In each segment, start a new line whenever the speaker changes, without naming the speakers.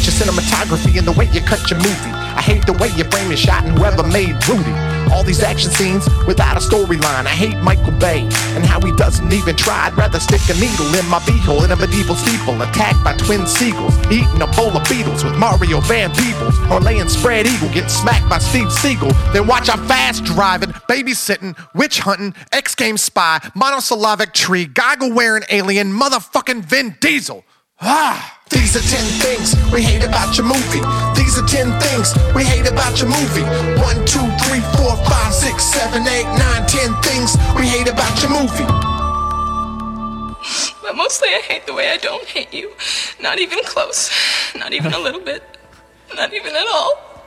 cinematography and the way you cut your movie. I hate the way your frame is shot and whoever made Rudy. All these action scenes without a storyline. I hate Michael Bay and how he doesn't even try. I'd rather stick a needle in my beehole in a medieval steeple, attacked by twin seagulls, eating a bowl of beetles with Mario Van Peebles, or laying spread eagle, getting smacked by Steve Seagal. Then watch I'm fast driving, babysitting, witch hunting, X Games spy, monosyllabic tree, goggle wearing alien, motherfucking Vin Diesel. Ah! These are 10 things we hate about your movie. These are 10 things we hate about your movie. 1, 2, 3, 4, 5, 6, 7, 8, 9, 10 things we hate about your movie.
But mostly I hate the way I don't hate you. Not even close. Not even a little bit. Not even at all.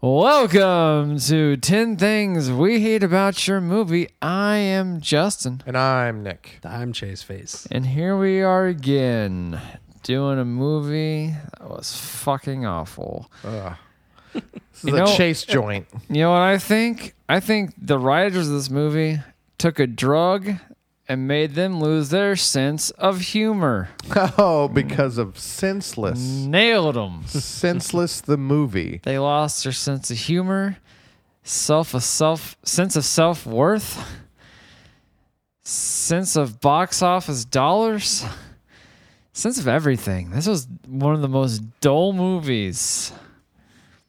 Welcome to 10 Things We Hate About Your Movie. I am Justin.
And I'm Nick.
I'm Chase Face.
And here we are again doing a movie that was fucking awful.
This is
You
a
know-
chase joint.
You know what I think? I think the writers of this movie took a drug and made them lose their sense of humor.
Oh, because of Senseless.
Nailed them.
Senseless the movie.
They lost their sense of humor, self a self sense of self worth, sense of box office dollars, sense of everything. This was one of the most dull movies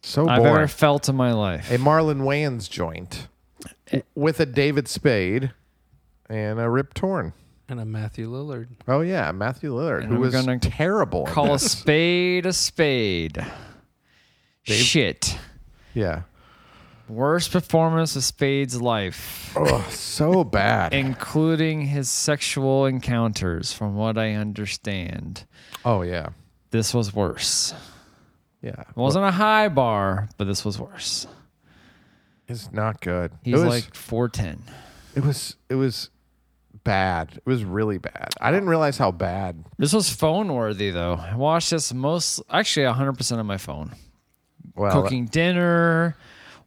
So
Oh,
I've ever
boring.
felt in my life.
a Marlon Wayans joint
Eh.
with a David Spade and a Rip Torn.
And I'm Matthew Lillard.
Oh yeah, Matthew Lillard, who
I'm
was
gonna
terrible. in
Call a
this.
spade a spade. Shit.
Yeah.
Worst performance of Spade's life,
Oh, so bad.
including his sexual encounters, from what I understand.
oh yeah.
This was worse.
Yeah.
It wasn't a high bar, but this was worse.
It's not good.
He's
it was,
like 410.
it was it was bad. It was really bad. I didn't realize how bad.
This was phone worthy, though. I watched this most, actually 100% on my phone.
Well,
Cooking dinner,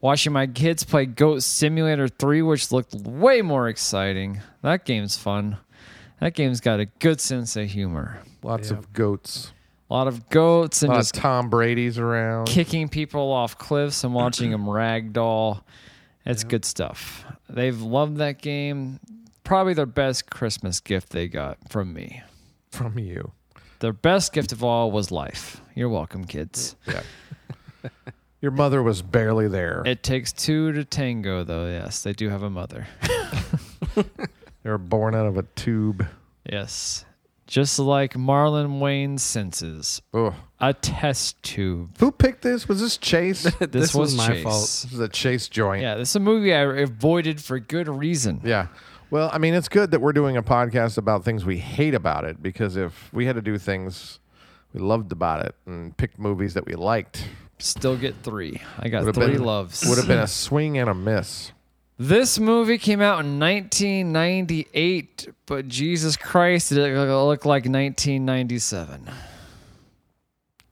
watching my kids play Goat Simulator 3, which looked way more exciting. That game's fun. That game's got a good sense of humor.
lots of goats.
A lot of goats and
Lots
just
of Tom Brady's around.
kicking people off cliffs and watching them ragdoll. It's good stuff. They've loved that game. Probably their best Christmas gift they got from me.
from you.
Their best gift of all was life. You're welcome, kids.
Yeah. Your mother was barely there.
It takes two to tango, though. Yes, they do have a mother.
they were born out of a tube.
Yes. Just like Marlon Wayne's senses,
Ugh.
a test tube.
Who picked this? Was this Chase? this
This,
This
was,
was my
Chase.
fault.
is a Chase joint.
Yeah, this is a movie I avoided for good reason.
Yeah. Well, I mean, it's good that we're doing a podcast about things we hate about it because if we had to do things we loved about it and picked movies that we liked,
Still get three. I got
Would've
three
been-
loves.
would have been a swing and a miss.
This movie came out in 1998, but Jesus Christ, did it look like 1997?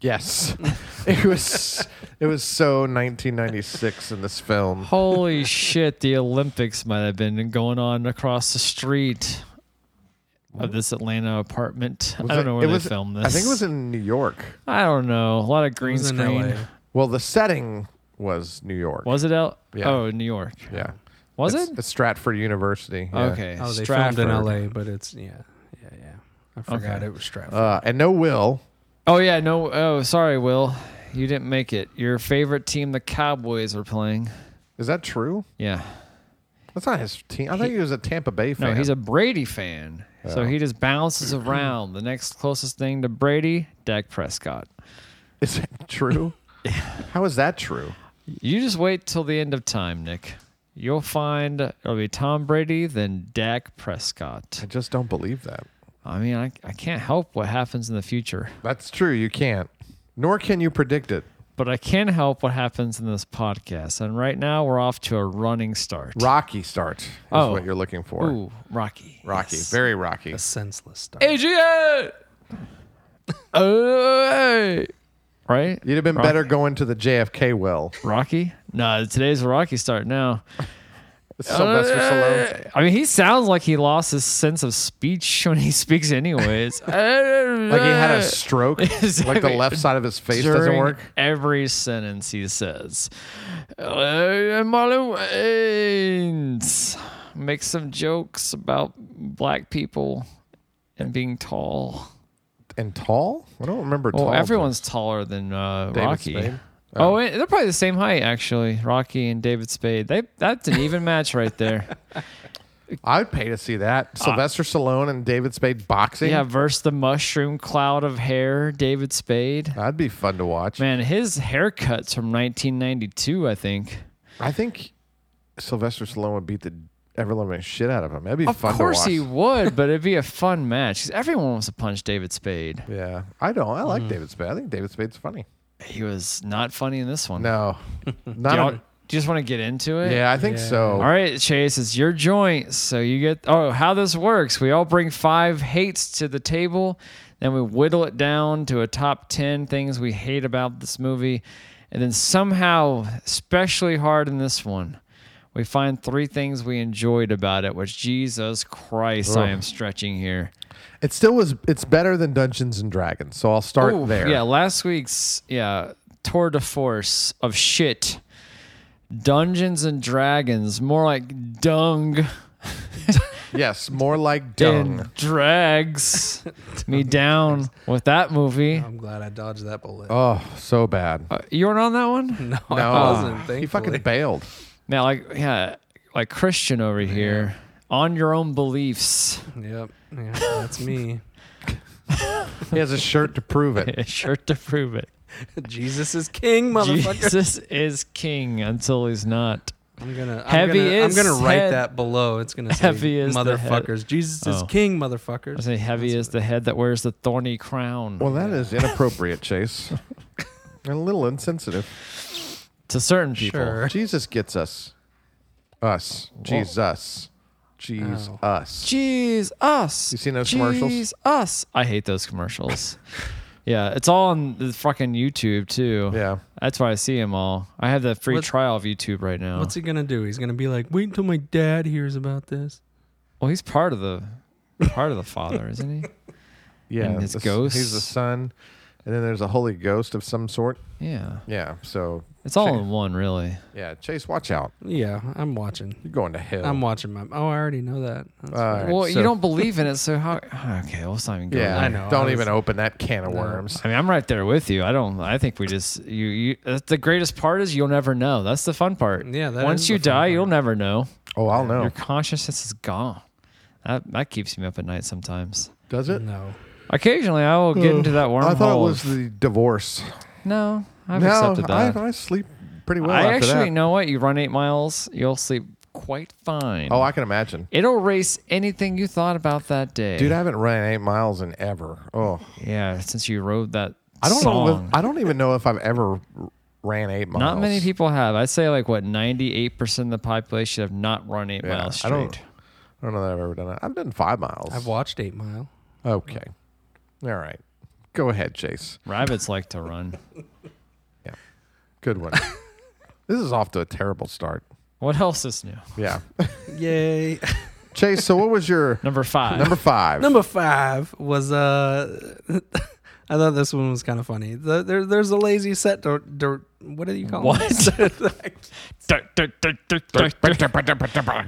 Yes. it was it was so 1996 in this film.
Holy shit, the Olympics might have been going on across the street of this Atlanta apartment. I don't know where
it
they
was,
filmed this.
I think it was in New York.
I don't know. A lot of green
was in
screen.
LA.
Well, the setting was New York.
Was it out?
Yeah.
Oh, New York.
yeah.
Was
it's,
it?
It's Stratford University. yeah.
Okay.
Oh, they
Stratford.
filmed in LA, but it's yeah, yeah, yeah. I forgot it was Stratford.
Uh, and no Will.
Oh yeah, no. Oh, sorry, Will. You didn't make it. Your favorite team, the Cowboys, were playing.
Is that true?
Yeah.
That's not his team. I thought he was a Tampa Bay fan.
No, he's a Brady fan. So he just bounces around. The next closest thing to Brady, Dak Prescott.
Is that true? How is that true?
You just wait till the end of time, Nick. You'll find it'll be Tom Brady, then Dak Prescott.
I just don't believe that.
I mean, I, I can't help what happens in the future,
That's true. You can't. Nor can you predict it.
but I can help what happens in this podcast. And right now, we're off to a running start.
Rocky start is
Oh.
what you're looking for.
Ooh, Rocky.
Rocky,
Yes.
very rocky.
a senseless start.
AGA! Oh, right?
You'd have been better going to the JFK well.
Rocky? No, today's a Rocky start now.
It's Sylvester Stallone.
I mean, he sounds like he lost his sense of speech when he speaks, anyways. like he
Like he had a stroke. Like the
Exactly.
left side of his face doesn't
during
work.
Every sentence he says, "Uh, Marlon Wayans makes some jokes about black people and being tall.
And tall? I don't remember
Well,
tall.
everyone's taller than uh,
David
Rocky.
Spade?
Oh, wait, they're probably the same height, actually. Rocky and David Spade. They that didn't even match right there.
I'd pay to see that. Sylvester Stallone and David Spade boxing.
Ah. Yeah, versus the mushroom cloud of hair, David Spade.
That'd be fun to watch.
Man, his haircuts from 1992, I think.
I think Sylvester Stallone would beat the ever living shit out of him. That'd be
Of
fun
course
to
he
watch.
would, but it'd be a fun match. 'cause Everyone wants to punch David Spade.
Yeah. I don't. I
Mm.
like David Spade. I think David Spade's funny.
He was not funny in this one.
No.
Do
Not
y'all-
a-
do you just want to get into it?
yeah, I think so.
All right, Chase, it's your joint. So you get oh, how this works. We all bring five hates to the table, then we whittle it down to a top ten things we hate about this movie. And then somehow, especially hard in this one, we find three things we enjoyed about it, which Jesus Christ, I am stretching here.
It still was it's better than Dungeons and Dragons. So I'll start
Ooh,
there.
Yeah, last week's yeah tour de force of shit. Dungeons and Dragons, more like dung
Yes, more like dung.
and drags me down with that movie.
Um,
I'm glad I dodged that bullet.
Oh, so bad.
Uh, you weren't on that one?
no,
no,
I wasn't.
he
Thankfully.
fucking bailed.
Now, like yeah, like Christian over here, on your own beliefs.
Yep. Yeah, that's me.
He has a shirt to prove it.
Sure to prove it.
Jesus is king, motherfucker.
Jesus is king until he's not.
I'm gonna I'm
Heavy
gonna,
is
I'm gonna write
head.
that below. It's gonna say
Heavy is the head.
motherfuckers. Jesus is
Oh.
king,
I
motherfuckers.
say heavy is the head that wears the thorny crown.
Well, that is inappropriate, Chase. and a little insensitive.
to certain people.
Sure.
Jesus gets us. Us. Jesus. Jesus. us.
Jeez us.
You seen those commercials?
Jeez us. I hate those commercials. yeah, it's all on the fucking YouTube too.
Yeah.
That's why I see them all. I have the free
What-
trial of YouTube right now.
What's he gonna do? He's gonna be like, wait until my dad hears about this.
well, he's part of the part of the father, isn't he?
Yeah.
And his
this-
ghost.
He's the son. And then there's a holy ghost of some sort.
Yeah.
Yeah. So,
It's all
Sure.
in one, really.
yeah. Chase, watch out.
Yeah, I'm watching.
You're going to hell.
I'm watching my. Oh, I already know that. That's
All right,
well,
so-
you don't believe in it, so how? ah, Okay, well, let's not even go there.
Yeah.
I know,
Don't
I was-
even open that can of worms.
I mean, I'm right there with you. I don't. I think we just you. you that's the greatest part is you'll never know. That's the fun part.
Yeah, that
Once
is
you
the fun
die,
part.
you'll never know.
Oh, I'll know.
Your consciousness is gone. That that keeps me up at night sometimes.
Does it?
No.
Occasionally, I will get into that wormhole.
I thought it was
of-
the divorce.
no. I've
no,
accepted
I,
that. I,
I sleep pretty well. after
actually
that.
know what you run eight miles, you'll sleep quite fine.
Oh, I can imagine.
it'll erase anything you thought about that day,
Dude, I haven't run eight miles in ever. Oh,
yeah, since you rode that.
I don't
song.
know. If, I don't even know if I've ever ran eight miles.
Not many people have. I'd say like what ninety eight percent of the population have not run eight
Yeah,
miles
I
straight.
don't. I don't know that I've ever done it. I've done five miles.
I've watched Eight Mile.
okay. All right. Go ahead, Chase.
Rabbits like to run.
Good one. this is off to a terrible start.
What else is new?
Yeah,
Yay.
Chase. So, what was your
Number five.
number five?
Number five was uh, I thought this one was kind of funny. The, there, there's a lazy set. Dir- dir- what do you call
What?
it?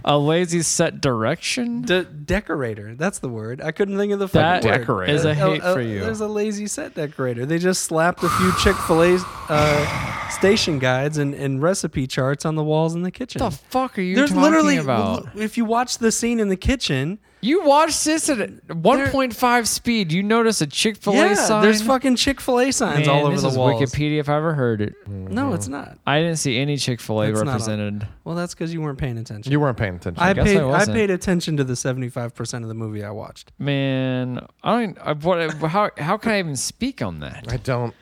a lazy set direction.
De- decorator. That's the word. I couldn't think of the fucking
That
word.
Decorator.
is a
Uh,
hate
uh,
for you.
There's a lazy set decorator. They just slapped a few Chick Fil A uh, station guides and, and recipe charts on the walls in the kitchen.
What the fuck are you
there's
talking
literally
about?
if you watch the scene in the kitchen,
you watch this at 1.5 speed. You notice a Chick Fil A
yeah,
sign.
there's fucking Chick Fil A signs
Man,
all over
this
the
is
walls.
Wikipedia if I ever heard it.
No, it's not.
I didn't see any Chick Fil A
It's not on-
represented.
Well, that's because you weren't paying attention.
You weren't paying attention.
I
guess
paid.
I
I,
wasn't.
paid attention to the seventy-five percent of the movie I watched.
Man, I don't. I- What? How? How can I even speak on that?
I don't.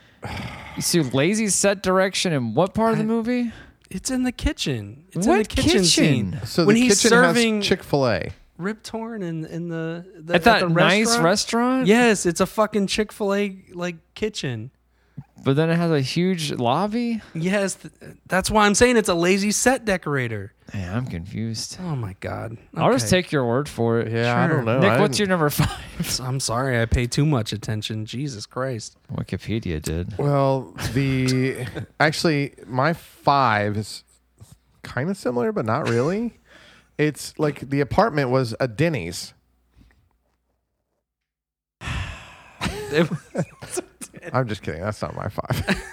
You see lazy set direction in what part of the movie?
It's in the kitchen. It's in the
What
kitchen, scene.
kitchen?
So
when
the
he's
kitchen
serving
has Chick Fil A.
Rip Torn in in the, the
At that
the
nice
restaurant.
restaurant?
Yes, it's a fucking Chick Fil A like kitchen.
But then it has a huge lobby.
Yes, th- that's why I'm saying it's a lazy set decorator.
Man, I'm confused.
Oh my god.
I'll just
Okay.
take your word for it.
Yeah, I
Sure.
don't know.
Nick,
I
what's
didn't-
your number five?
I'm sorry, I pay too much attention. Jesus Christ.
Wikipedia did.
Well, the actually my five is kind of similar, but not really. It's like the apartment was a Denny's.
It-
I'm just kidding. That's not my five.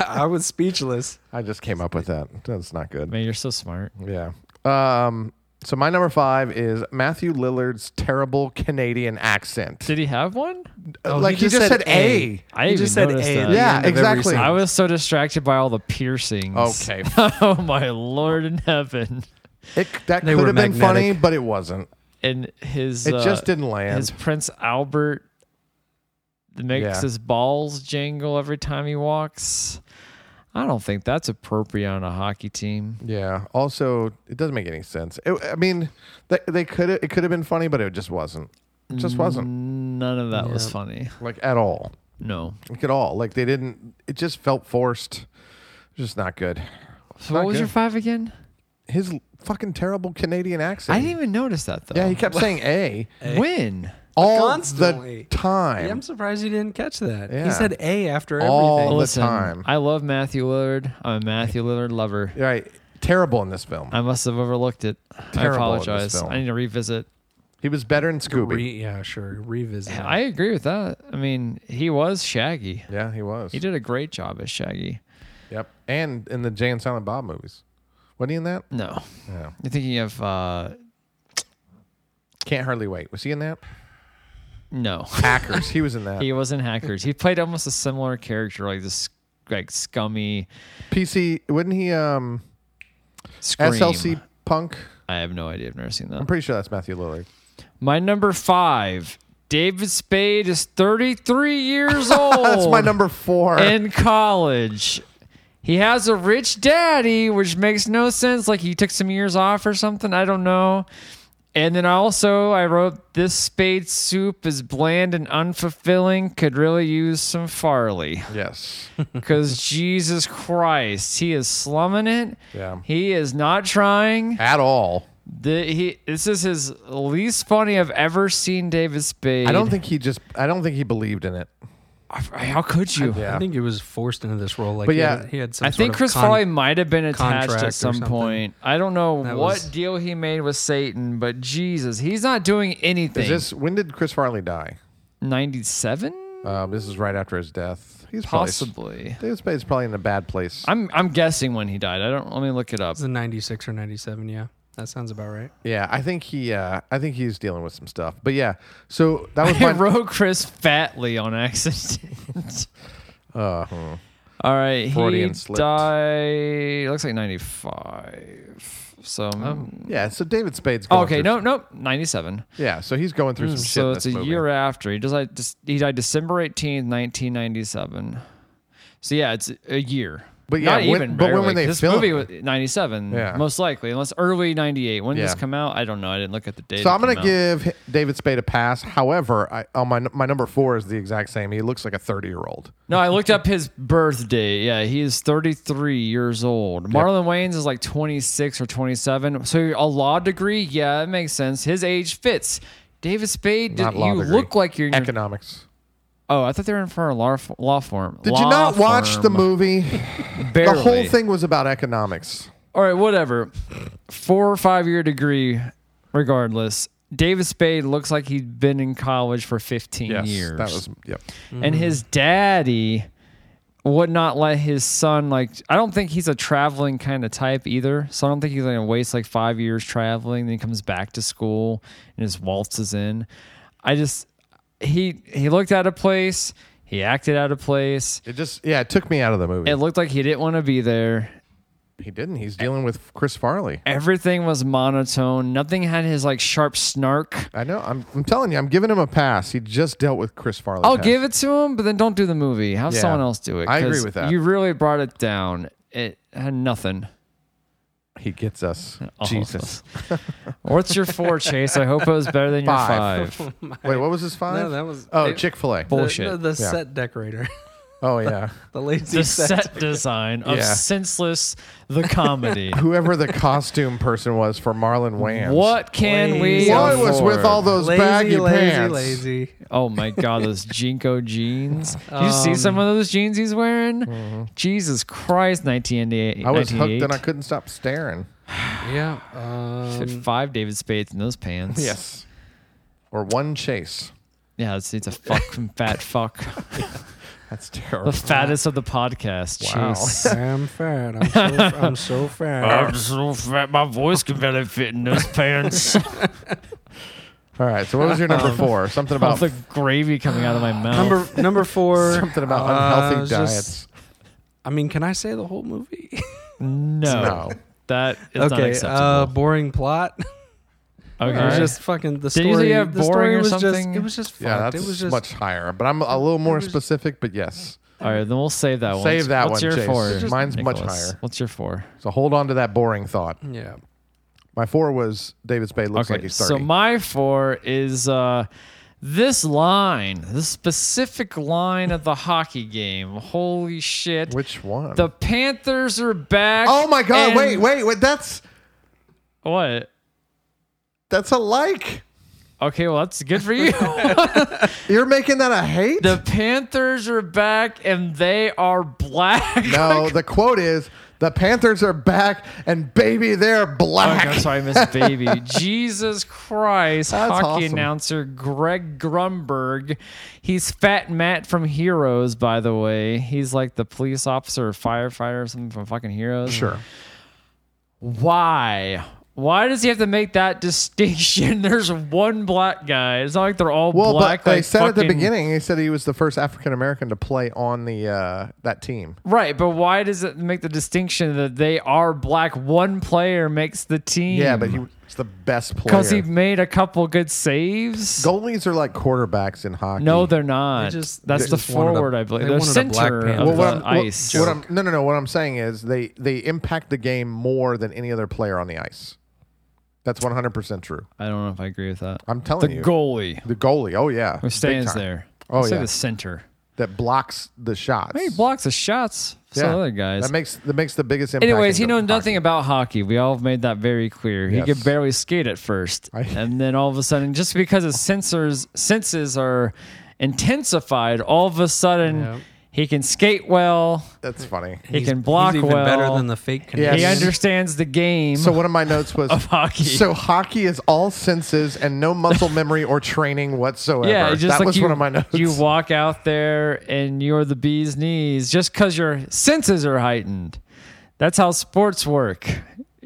I was speechless.
I just came up with that. That's not good.
Man, you're so smart.
Yeah. Um. So my number five is Matthew Lillard's terrible Canadian accent.
Did he have one?
Oh,
like he just, said, a.
I
He
even
just said
noticed
A.
that.
at the
Yeah,
end of every
exactly.
sentence.
I was so distracted by all the piercings.
Okay.
oh my lord in heaven.
It, that
They
could
were
have been funny,
magnetic.
but it wasn't.
And his
It
uh,
just didn't land.
his Prince Albert that makes
Yeah.
his balls jingle every time he walks. I don't think that's appropriate on a hockey team.
Yeah. Also, it doesn't make any sense. It, I mean, they, they could it could have been funny, but it just wasn't. It just wasn't
None of that was funny.
like at all.
No.
Like at all. Like they didn't. It just felt forced. Just not good.
So
Not
what was
good.
your five again?
His l- fucking terrible Canadian accent.
I didn't even notice that though.
yeah, he kept saying a
When?
all
Constantly.
the time.
Yeah, I'm surprised you didn't catch that.
Yeah.
He said A after
All
everything.
the
Listen,
time.
I love Matthew Lillard. I'm a Matthew Lillard lover.
right. Terrible in this film.
I must have overlooked it. I
Terrible in this
apologize.
film.
I need to revisit.
He was better in Scooby.
Re- yeah, sure. Revisit.
I agree with that. I mean, he was Shaggy.
yeah, he was.
He did a great job as Shaggy.
Yep. And in the Jay and Silent Bob movies. Wasn't he in that?
No.
No.
You're thinking of uh
Can't hardly wait. Was he in that?
no.
Hackers. he was in that.
he was in Hackers. He played almost a similar character, like this like scummy
PC. Wouldn't he? Um,
scream.
SLC Punk.
I have no idea. I've never seen that.
I'm pretty sure that's Matthew Lillard.
My number five, David Spade is 33 years old.
Oh, That's my number four.
in college. He has a rich daddy, which makes no sense. Like he took some years off or something. I don't know. And then also, I wrote this spade soup is bland and unfulfilling. Could really use some Farley.
yes.
Because Jesus Christ, he is slumming it.
Yeah.
He is not trying.
At all.
The, he, this is his least funny I've ever seen David Spade.
I don't think he just. I don't think he believed in it.
How could you?
Yeah.
I think he was forced into this role. Like,
But
he
yeah,
had, he had some
I
sort
think
of
Chris
con-
Farley might have been attached
contract or
at some
something.
point. I don't know
That
what
was-
deal he made with Satan, but Jesus, he's not doing anything.
Is this when did Chris Farley die?
97?
Um, this is right after his death. He's probably-
Possibly.
David Spade's probably in a bad place.
I'm I'm guessing when he died. I don't let me look it up.
It was in 96 or 97, yeah. That sounds about right.
yeah, I think he. Uh, I think he's dealing with some stuff. But yeah, so that was
I
my.
wrote Chris Fatley on accident.
Uh-huh.
All right,
Freudian
he
slipped.
died. Looks like 95. So
Oh,
um,
yeah, so David Spade's. Going
Oh, okay,
through
no,
some-
nope, 97.
Yeah, so he's going through some shit.
So
in
it's a
this movie.
year after he died. He died December eighteenth, nineteen ninety seven. So yeah, it's a year.
But
Not
yeah, when-
even
but when
barely,
were they
'cause this
filmed
movie was
it?
ninety seven,
Yeah.
most likely, unless early ninety eight. When did this
Yeah.
come out? I don't know. I didn't look at the date.
So
it
I'm gonna
came out.
give David Spade a pass. However, I, on my my number four is the exact same. He looks like a 30 year old.
No, I looked up his birthday. Yeah, he is thirty three years old. Marlon Wayans is like twenty six or twenty seven. So a law degree, yeah, it makes sense. His age fits. David Spade,
Not
did,
law
you
degree.
look like you're in your
Economics.
Oh, I thought they were in for a law, law form.
Did
Law
you not watch the
firm.
movie? the
Barely.
whole thing was about economics.
All right, whatever. Four or five year degree, regardless. David Spade looks like he'd been in college for 15
Yes,
years.
that was Mm-hmm. yep.
and his daddy would not let his son like I don't think he's a traveling kind of type either. So I don't think he's gonna waste like five years traveling, then he comes back to school and just waltzes in. I just he he looked out of place, he acted out of place.
It just yeah, it took me out of the movie.
It looked like he didn't want to be there.
he didn't. He's dealing with Chris Farley.
Everything was monotone. Nothing had his like sharp snark.
I know. I'm I'm telling you, I'm giving him a pass. He just dealt with Chris Farley.
I'll
pass.
Oh, give it to him, but then don't do the movie. Have
Yeah.
someone else do it.
I agree
'cause
with that.
You really brought it down. It had nothing.
He gets us.
All of
Jesus.
us. What's your four, Chase? I hope it was better than your
Five.
five.
Wait, what was his five?
No, that was-
oh
it-
Chick Fil A.
Bull-
The-
Bullshit.
The, the
Yeah.
set decorator.
Oh yeah.
The lazy
The
set.
set design of
Yeah.
Senseless the Comedy.
Whoever the costume person was for Marlon Wayans.
what can we
Please.
What was
afford?
with all those
Lazy,
baggy
lazy,
pants?
lazy.
Oh my god, those Jinko jeans. Did you see
Um,
some of those jeans he's wearing? Jesus Christ, 1988.
mm-hmm. I was hooked and I
98.
couldn't stop staring.
Yeah. Um,
Fit five David Spades in those pants.
Yes. Or one chase.
Yeah, it's, it's a fucking fat fuck.
That's
The
terrible.
fattest of the podcast.
Wow.
Jeez.
I'm fat. I'm so, I'm so fat.
I'm so fat, my voice can barely fit in those pants.
All right. So what was your number four? Something
All
about
the gravy coming out of my mouth.
number number four.
something about
uh,
unhealthy
just-
diets.
I mean, can I say the whole movie?
no,
No.
that is not
okay. Uh,
acceptable.
boring plot.
okay,
It was
Alright.
just fucking the
Did
story.
you say you have
the
boring
story
or
was
something?
just it was just fucked.
Yeah, that's
it was just
much higher. But I'm a little more
was-
specific. But yes.
all right. Then we'll save that one.
Save that
What's
one,
your
Chase.
four?
Just- Mine's much
Nicholas?
higher.
What's your four?
So hold on to that boring thought.
yeah.
My four was David Spade looks like he's 30.
So my four is uh, this line, this specific line of the hockey game. Holy shit!
Which one?
the Panthers are back.
oh my god!
and-
Wait, wait, wait. That's
What?
that's a like.
Okay, well that's good for you.
You're making that a hate.
the Panthers are back and they are black.
no, the quote is the Panthers are back and baby they're
Oh,
black.
I'm sorry, Miss Baby. Jesus Christ.
That's
hockey
awesome.
announcer Greg Grumberg. He's Fat Matt from Heroes, by the way. He's like the police officer or firefighter or something from fucking Heroes.
Sure.
Why? Why does he have to make that distinction? There's one black guy. It's not like they're all
Well,
black.
but they
like
said at the
fucking-
beginning, he said he was the first African American to play on the uh, that team.
Right, but why does it make the distinction that they are black? One player makes the team.
Yeah, but he was the best player.
because he made a couple good saves.
goalies are like quarterbacks in hockey.
No, they're not.
They just-
That's
they
the
just wanted a-
forward, I believe.
they
They're
wanted a black
center
panther.
of
Well,
the
what
I'm,
ice.
What, I'm, no, no, no. What I'm saying is they they impact the game more than any other player on the ice. That's 100 percent true.
I don't know if I agree with that.
I'm telling
the
you,
goalie
the goalie. Oh yeah,
who
Big
stands
time.
there.
Oh,
Let's say
yeah.
the center.
that blocks the shots.
He blocks the shots. for Some
Yeah.
other guys.
That makes that makes the biggest impact.
Anyways,
in
he
the
knows
hockey.
nothing about hockey. We all have made that very clear. He
Yes.
could barely skate at first,
I-
and then all of a sudden, just because his sensors senses are intensified, all of a sudden
Yep.
he can skate well.
That's funny.
He can block
he's even
well.
better than the fake
Yeah.
Canadian.
he
Yes.
understands the game.
So one of my notes was
Of hockey.
So hockey is all senses and no muscle memory or training whatsoever.
Yeah, it's just
that
like
was
you,
one of my notes.
you walk out there and you're the bee's knees just because your senses are heightened. That's how sports work.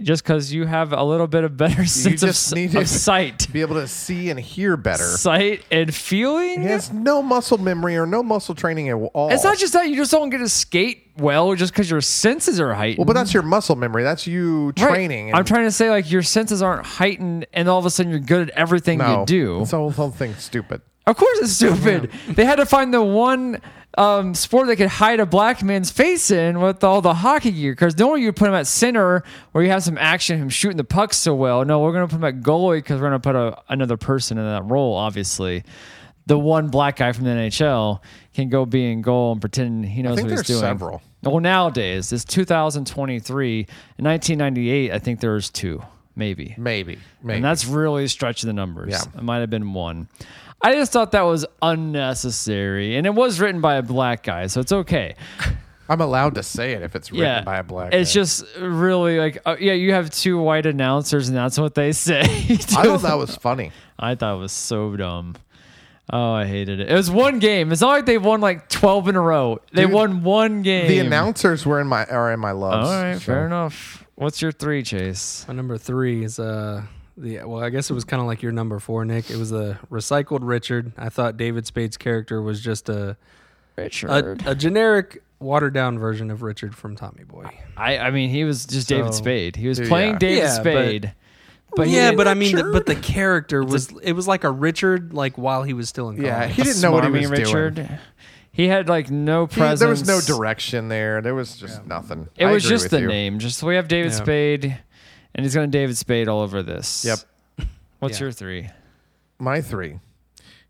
Just because you have a little bit of better sense of,
just
s-
need to-
of sight,
be able to see and hear better.
sight and feeling.
He has no muscle memory or no muscle training at all.
It's not just that you just don't get to skate well just because your senses are heightened.
well, but that's your muscle memory. That's you
Right.
training. and-
I'm trying to say like your senses aren't heightened, and all of a sudden you're good at everything
no,
you do.
This whole, whole thing's stupid.
Of course, it's stupid. They had to find the one um, sport they could hide a black man's face in with all the hockey gear. Because normally you put him at center where you have some action, him shooting the puck so well. No, we're going to put him at goalie because we're going to put a, another person in that role, obviously. The one black guy from the NHL can go be in goal and pretend he knows
think
what he's doing.
there's several.
Well, nowadays, it's 2023. In 1998, I think there was two, maybe.
Maybe. Maybe.
And that's really stretching the numbers.
Yeah.
It might have been one. I just thought that was unnecessary. And it was written by a black guy, so it's okay.
I'm allowed to say it if it's written by a black.
It's
man.
just really like, uh, yeah, you have two white announcers, and that's what they say.
I thought that was funny.
I thought it was so dumb. Oh, I hated it. It was one game. It's not like they won like 12 in a row. They
Dude,
won one game.
The announcers were in my are in my
All
loves.
right,
so-
fair enough. What's your three, Chase?
My number three is uh the well, I guess it was kind of like your number four, Nick. It was the recycled Richard. I thought David Spade's character was just a a,
Richard.
a generic, watered down version of Richard from Tommy Boy.
I, I mean, he was just David
So-
Spade. He was
Dude,
playing
yeah.
David
Yeah, but-
Spade.
But
he
yeah,
didn't-
but I mean, the, but the character was it was like a Richard, like while he was still in college.
Yeah, he didn't know what he
Smarmy
was
Richard.
doing.
He had like no
He-
presence.
there was no direction there. There was just nothing.
It
I
was
agree
just
with
the
you.
name. Just we have David
Yeah.
Spade. And he's going to David Spade all over this.
Yep.
What's
Yeah.
your three?
My three.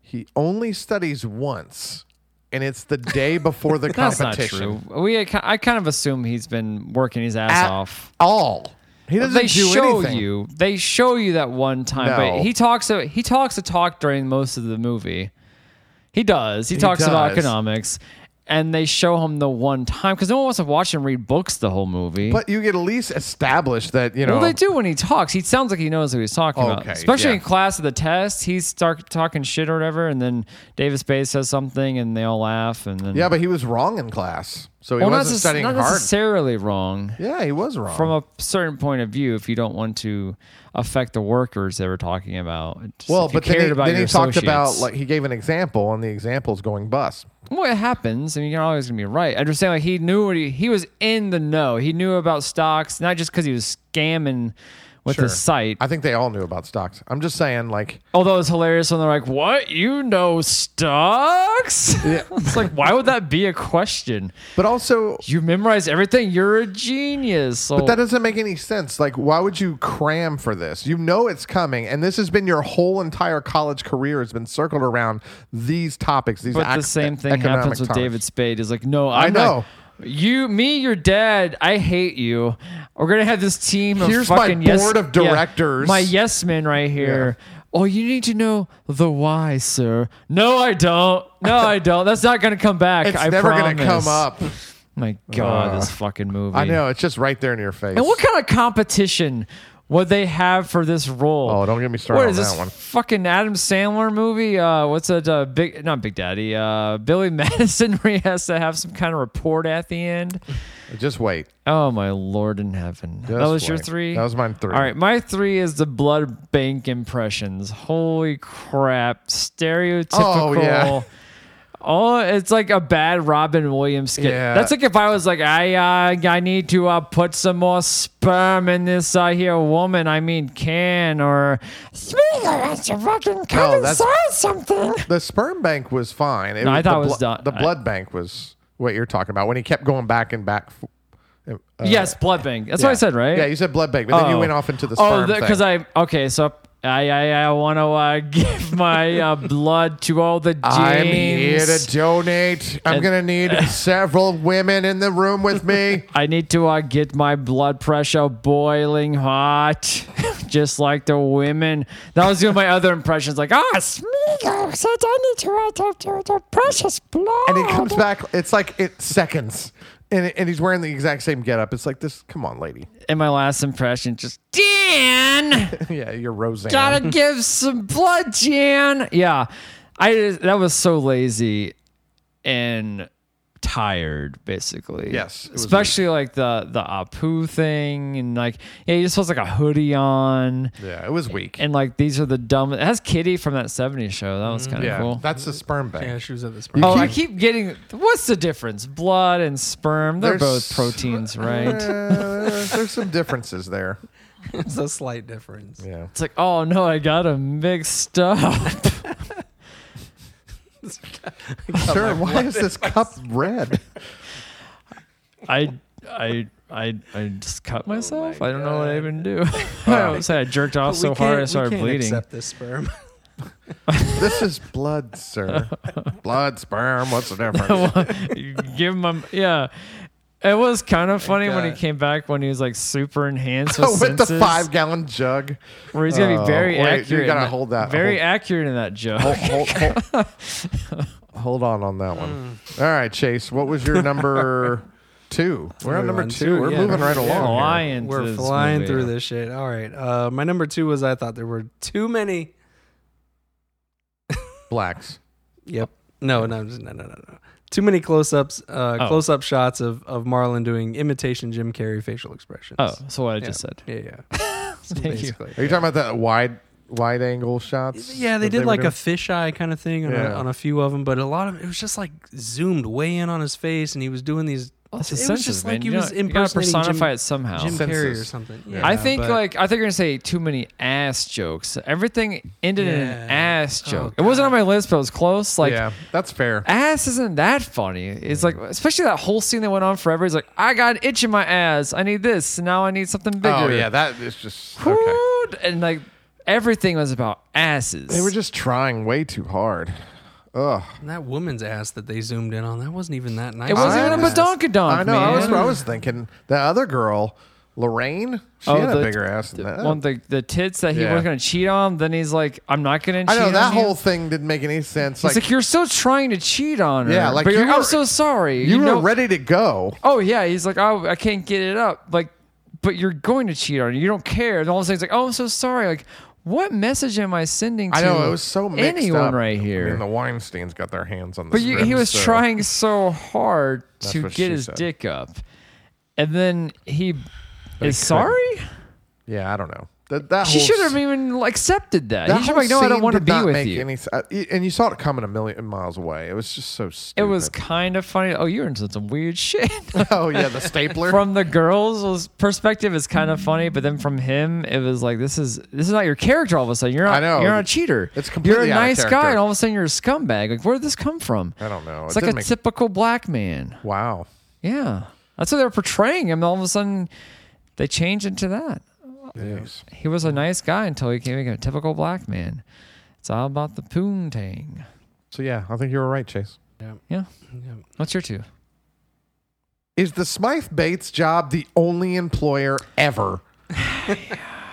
He only studies once, and it's the day before the
That's not
competition.
true. We, I kind of assume he's been working his ass
At
off.
all. He doesn't
they
do
show
anything.
you. They show you that one time.
No.
But he talks. He talks a talk during most of the movie. He does. He,
He
talks about
does.
economics, and they show him the one time because no one wants to watch him read books the whole movie.
But you get at least established that you know.
well, they do when he talks. He sounds like he knows what he's talking about.
Okay,
Especially
yeah.
in class of the test, he's start talking shit or whatever, and then Davis Bay says something, and they all laugh, and then
Yeah, but he was wrong in class, so he
well, not,
wasn't
necess-
studying
not
hard.
necessarily wrong.
Yeah, he was wrong.
from a certain point of view, if you don't want to affect the workers they were talking about. Just
well,
if you
but then
cared
he,
about
then
your
he talked about
associates.
like he gave an example, and the example's going bust.
well, it happens, and you're always gonna be right. I understand. Like he knew what he he was in the know. He knew about stocks, not just because he was scamming with
Sure.
his site.
I think they all knew about stocks. I'm just saying, like,
Although it's hilarious when they're like, "What you know stocks?" it's like, why would that be a question?
but also
You memorize everything. You're a genius. So
But that doesn't make any sense. Like, why would you cram for this? You know it's coming, and this has been your whole entire college career has been circled around these topics. These,
But
ac-
the same thing
economic
happens with
topics.
David Spade. He's like, no, I'm
know.
Not, you, me, your dad. I hate you. We're gonna have this team. Of
Here's my
fucking yes-
board of
yeah,
directors."
my yes men right here. Oh, you need to know the why, sir. No, I don't. No, I don't. That's not gonna come back.
It's
I
never
promise.
gonna come up.
My God,
Ugh.
this fucking movie.
I know. It's just right there in your face.
And what kind of competition would they have for this role?
Oh, don't get me started
What is
on
this
that one.
Fucking Adam Sandler movie. Uh, what's that? Uh, big, not Big Daddy. Uh, Billy Madison, where he has to have some kind of report at the end.
just wait.
Oh my lord in heaven! that was your
wait.
three.
That was mine three.
All right, my three is the blood bank impressions. Holy crap! Stereotypical.
Oh, yeah.
Oh, it's like a bad Robin Williams skit.
Yeah.
That's like if I was like, I uh, I need to uh, put some more sperm in this uh, here woman. I mean, can or smear you fucking come
No, Oh, that's-
inside something.
The sperm bank was fine. It
No, I thought
the
it was
blo-
done.
The
I-
blood bank was what you're talking about when he kept going back and back. Uh,
yes, blood bank. That's what I
yeah.
said, right?
Yeah, you said blood bank, but then you
Oh.
went off into the
Oh,
sperm thing.
because I okay, so I I, I want to uh, give my uh, blood to all the James.
I'm here to donate. I'm
And-
gonna need several women in the room with me.
I need to uh, get my blood pressure boiling hot, just like the women. That was doing my other impressions, like ah, Smeagol said I need to uh, to, to, to precious blood.
And he comes back. It's like it seconds, and and he's wearing the exact same getup. It's like this. Come on, lady.
And my last impression, just Dan.
Yeah, you're Roseanne.
gotta give some blood, Jan. Yeah, I that was so lazy and tired, basically.
Yes, it was
especially like the the Apu thing, and like yeah, he just was like a hoodie on,
Yeah, it was weak.
and like these are the dumb. It has Kitty from that '70s show. That was kind of
Mm, yeah,
cool.
that's the sperm bank.
Yeah, she was at the sperm.
You
Oh, I
keep-
keep getting. What's the difference? Blood and sperm. They're
There's-
both proteins, right?
Uh, there's some differences there.
It's Oh, a slight difference.
Yeah.
It's like, oh no, I got 'em mixed up.
Sure. Why is this cup red?
I I I I just
Oh
cut myself. I don't know what I even do. I don't say I jerked off so
we
hard I
can't- we
started
can't
bleeding.
Accept this sperm.
This is blood, sir. Blood, sperm. What's the difference?
You Give him yeah. It was kind of funny when he
God.
came back when he was like super enhanced with,
Oh, with the
senses,
five gallon jug.
where he's gonna be
Oh,
very
wait, you
accurate. in
gotta
that-
hold that-
Very
hold-
accurate in that joke.
Hold, hold, hold, hold on on that one. All right, Chase. What was your number two? We're on number
on
two.
two,
We're
yeah.
moving right
Yeah.
along. here.
Flying
We're
through this
flying
movie.
through this shit. All right. Uh, my number two was I thought there were too many.
Blacks.
Yep. No, no, no, no, no, no. Too many close-ups, uh,
Oh.
close-up shots of of Marlon doing imitation Jim Carrey facial expressions.
Oh, so what I
yeah.
just said.
Yeah, yeah.
Thank you.
Are you talking about that wide wide angle shots?
Yeah, they
that
did
were
like a
doing?
fisheye kind of thing on,
Yeah.
a, on a few of them, but a lot of it was just like zoomed way in on his face, and he was doing these Well,
It's
it was
offensive,
just like
man.
he
You know,
was
you gotta
impersonating
personify
Jim,
it somehow.
Jim Carrey or
Senses.
something.
Yeah.
I think
but-
like I think you're gonna say too many ass jokes. Everything ended in an
Yeah.
ass
Oh,
joke. it wasn't on my list, but it was close. Like
yeah, Mm. that's fair.
ass isn't that funny. It's like especially that whole scene that went on forever. He's like, I got an itch in my ass. I need this. and Now I need something bigger.
Oh yeah, that is just okay.
Whoop. And like everything was about asses.
They were just trying way too hard. Ugh.
And that woman's ass that they zoomed in on, that wasn't even that nice.
It wasn't even a
Honest.
badonkadonk.
I know. I was,
man.
I was thinking the other girl, Lorraine. She
Oh,
had a
the-
bigger ass than that.
Well, the the tits that he
oh. Yeah.
was gonna cheat on. Then he's like, I'm not gonna.
I
cheat
know
on
that
you."
whole thing didn't make any sense.
It's
Like,
like you're still trying to cheat on her.
Yeah, like,
but you're,
you
I'm
were-
so sorry.
you, were
know-
ready to go.
Oh yeah, he's like, oh, I can't get it up. Like, but you're going to cheat on her. You don't care. And all of a sudden, he's like, oh, I'm so sorry. Like, what message am I sending? to
I know it was so mixed
anyone
up.
right
I mean, the
here.
Weinstein's got their hands on the.
But you, he
script,
was
so-
trying so hard to
what
get
she
his
said.
dick up, and then he is
couldn't.
sorry.
Yeah, I don't know. That, that
She
whole
should
s-
have even accepted that.
That
he should
whole
have like, no, I don't
scene
want to
did
be
not
with
make
you.
any s- uh, y- and you saw it coming a million miles away. It was just so
it
stupid.
was kind of funny. Oh, you're into some weird shit.
oh yeah, the stapler.
from the girl's perspective it's kind of
Mm-hmm.
funny, but then from him it was like this is this is not your character all of a sudden. You're not
I know.
you're not a cheater.
It's completely
You're a
out of
nice guy
character.
and all of a sudden you're a scumbag. Like where did this come from?
I don't know.
It's
It
like a
didn't make-
typical black man.
wow.
Yeah. That's what they were portraying him. All of a sudden they changed into that.
Yes.
He was a nice guy until he became a typical black man. It's all about the poontang.
So yeah, I think you were right, Chase.
Yeah.
Yeah.
What's your two?
Is the Smythe Bates job the only employer ever?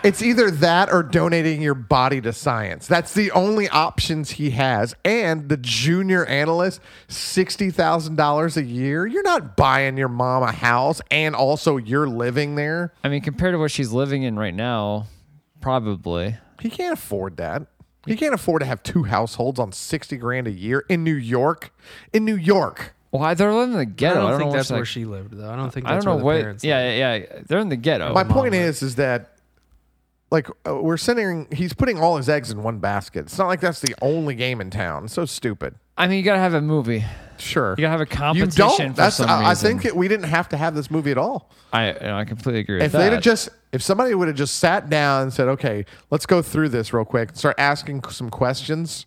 it's either that or donating your body to science. That's the only options he has. And the junior analyst, $60,000 a year. You're not buying your mom a house and also you're living there.
I mean, compared to what she's living in right now, probably.
He can't afford that. He can't afford to have two households on 60 grand a year in New York. In New York.
Why they're living in the
I
ghetto?
don't,
I don't
think
know what's
that's where
like-
she lived, though. I don't think
I
that's
don't know
where
what.
the parents
Yeah, yeah, yeah. They're in the ghetto.
Oh, My point is, is that like uh, we're sending, he's putting all his eggs in one basket. It's not like that's the only game in town. So stupid.
I mean, you gotta have a movie.
Sure,
You gotta have a competition for
That's
some
I, I
reason.
think that we didn't have to have this movie at all.
I you know, I completely agree
If
with
they'd
that.
have just, if somebody would have just sat down and said, "Okay, let's go through this real quick," and start asking some questions,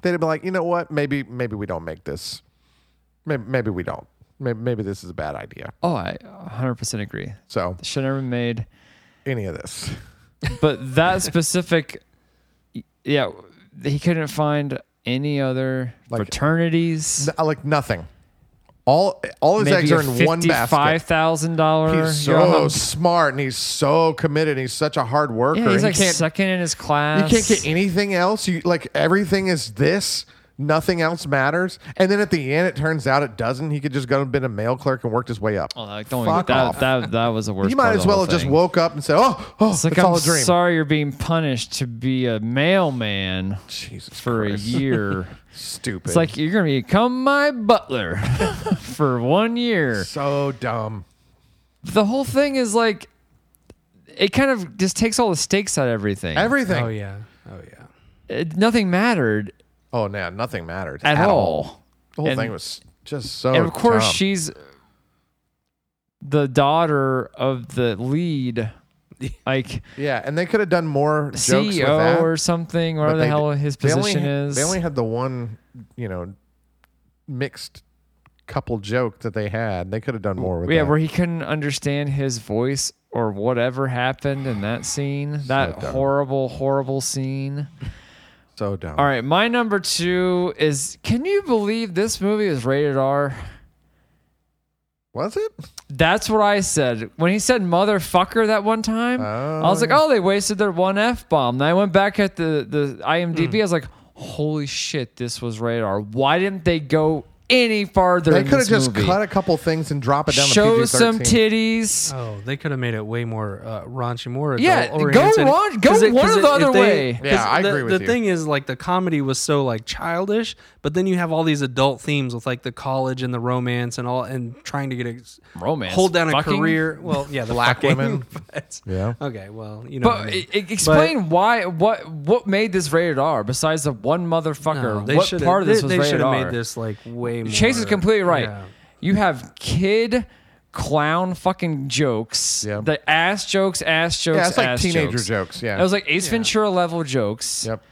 they'd have been like, "You know what? Maybe, maybe we don't make this. Maybe, maybe we don't. Maybe, maybe this is a bad idea."
oh, I 100 percent agree.
So,
Should never been made.
any of this.
But that specific, yeah, he couldn't find any other
Like-
fraternities.
I like nothing. All all his eggs
Maybe
are
a
in one
fifty-five
basket.
thousand dollar.
He's so smart and he's so committed. And he's such a hard worker.
yeah, he's
He
like
can't-
second in his
You
class.
can't get anything else. You like everything is this. Nothing else matters. And then at the end, it turns out it doesn't. He could just go and been a mail clerk and worked his way up.
Oh, like, don't
Fuck
that,
off.
That, that was the worst.
he
part
might
of
as
the
well
whole
have just
thing.
woke up and said, "Oh, oh,
It's
it's,
like I'm
all a dream."
sorry you're being punished to be a mailman
Jesus
for a
Christ.
year.
Stupid.
it's like you're gonna become my butler for one year.
so dumb.
The whole thing is like it kind of just takes all the stakes out of everything.
Everything.
Oh
Oh,
yeah. Oh yeah.
It- nothing mattered
no, Oh, nothing mattered
at, all.
The whole
And-
thing was just so.
and of course
Oh, dumb.
she's the daughter of the lead, like
Yeah, and they could have done more jokes with
CEO
that,
E or something,
but
whatever the
they
hell
d-
his
they only-
position is.
They only had the one, you know, mixed couple joke that they had. They could have done more with
yeah,
that.
where he couldn't understand his voice or whatever happened in that scene. That
dumb.
horrible, horrible scene.
so dumb.
All right, my number two is can you believe this movie is rated R?
Was it?
That's what I said. When he said motherfucker that one time, I was like, oh, they wasted their one F bomb. Then I went back at the, the IMDb.
Hmm.
I was like, holy shit, this was rated R. Why didn't they go any farther?
They
in
could have
this
just
movie?
cut a couple things and drop it down
Show
to
some
PG-13.
titties.
Oh, they could have made it way more uh, raunchy, more
Yeah,
adult oriented.
go raun- go one or the other way.
Yeah, I
the,
agree with
the
you.
thing is, like the comedy was so like childish, but then you have all these adult themes with like the college and the romance and all, and trying to get a
Romance?
hold down a
Fucking?
career. Well, yeah, the
Black
fucking,
women.
but-
Yeah.
Okay. Well, you know. what
But
I mean.
e- e- explain why what what made this rated R besides the one
No,
motherfucker?
they
what
should've-
part of this
they,
was
they
rated
should've
R?
made this like way more.
Chase is completely right.
Yeah.
You have kid clown fucking jokes.
Yeah.
The ass jokes, ass jokes.
Yeah, it's like
ass
teenager jokes, yeah.
It was like Ace Ventura level jokes.
Yep.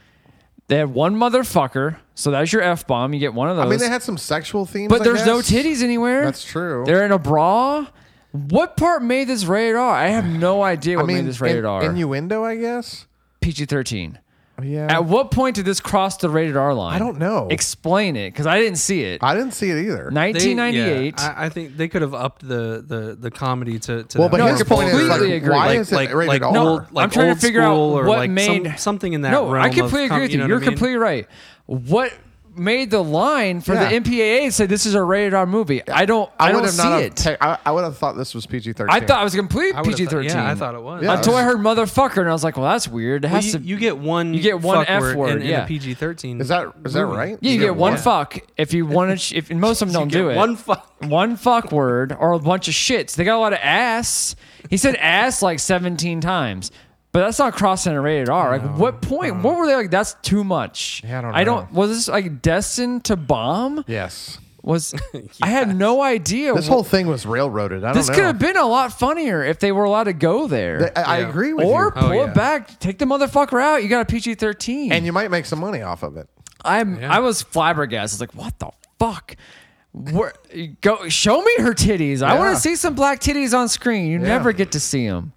They had one motherfucker, so that's your F bomb. You get one of those.
I mean, they had some sexual themes,
But
I
there's no
guess.
titties anywhere.
That's true.
They're in a bra. What part made this rated R? I have no idea
I
what
mean,
made this rated
in-
R.
innuendo, I guess.
PG 13.
Yeah,
At what point did this cross the rated R line?
I don't know.
Explain it, because I didn't see it.
I didn't see it either.
1998.
They- yeah, I, I think they could have upped the the, the comedy to, to
Well,
that
but
No,
more
his
I
point is, like,
completely agree.
why
like,
is it
like, like
rated R?
old, like
I'm trying
old
to figure out
school or
what
like some-
made
something in that
no,
realm
I
of
completely
com-
agree with you.
know what
You're
I mean?
completely right. What made the line for
Yeah.
the MPAA say this is a rated R movie? I don't. I,
would
don't
have
see
not
it.
Have, ta- I, I would have thought this was PG thirteen.
I thought it was complete
I would've
PG
thought-
thirteen.
Yeah, I thought it was.
Yeah.
until I heard motherfucker, and I was like, well, that's weird. It
Well,
has
you,
to.
you get one.
you get one
fuck
F word,
word in, in
yeah.
a PG thirteen.
Is that is that right?
yeah, you get one fuck if you want to. Sh- if and most of them don't do it.
one fuck?
one fuck word or a bunch of shits. They got a lot of ass. He said ass like 17 times. But that's not crossing a rated R. Like, what point? What were they like? That's too much.
Yeah, I don't
I
know.
don't. Was this like destined to bomb?
Yes,
Was I had no idea.
this
what-
whole thing was railroaded. I don't
this
know.
could have been a lot funnier if they were allowed to go there.
I, I agree with
or
you.
pull
yeah.
it back. Take the motherfucker out. You got a PG thirteen.
and you might make some money off of it.
I'm I was flabbergasted. I was like, what the fuck? Where, go show me her titties. I want
Yeah.
to see some black titties on screen. You never get to see them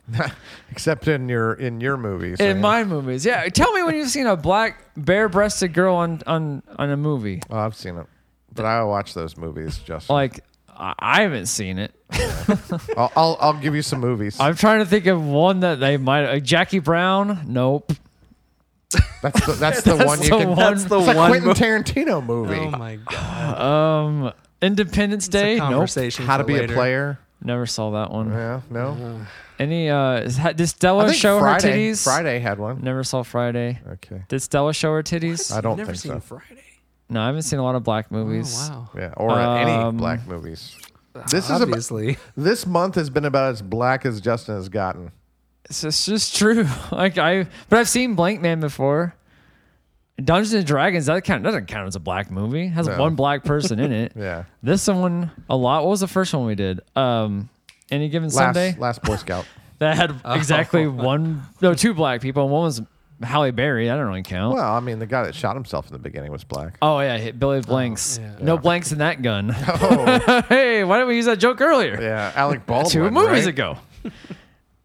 Except in your in your movies.
in my movies. Yeah, tell me when you've seen a black bare-breasted girl on on on a movie.
oh, I've seen it, but I watch those movies. Just
Like I I haven't seen it.
I'll, I'll I'll give you some movies.
I'm trying to think of one that they might. Like Jackie Brown. Nope.
that's the, that's the one you
the
can.
one-
That's the
It's a
one.
Quentin
mo-
Tarantino movie.
oh my god!
Um, Independence Day. Nope.
Conversation.
How to
for
be
later. Uh-huh.
a player?
Never saw that one.
Yeah, no.
Any? Uh, is- did Stella
I think
show
Friday,
her titties?
Friday had one.
Never saw Friday.
Okay,
Did Stella show her titties?
I don't
I've never
think
seen
so.
Friday.
No, I haven't seen a lot of black movies.
Oh, wow.
Yeah, or uh,
Um,
any black movies. This is about,
Obviously,
this month has been about as black as Justin has gotten.
It's, it's just true. Like I, but I've seen Blank Man before. Dungeons and Dragons that count doesn't count as a black movie. It has
No.
one black person in it.
Yeah.
This one a lot. What was the first one we did? Um, any given
Last Oh.
Sunday
last Boy Scout.
that had exactly one, no, two black people, and one was Halle Berry. I don't really count.
well, I mean, the guy that shot himself in the beginning was black.
Oh yeah, hit Billy Blanks.
Oh, yeah.
No blanks in that gun. hey, why didn't we use that joke earlier?
Oh. Yeah, Alec Baldwin.
two movies
right?
ago.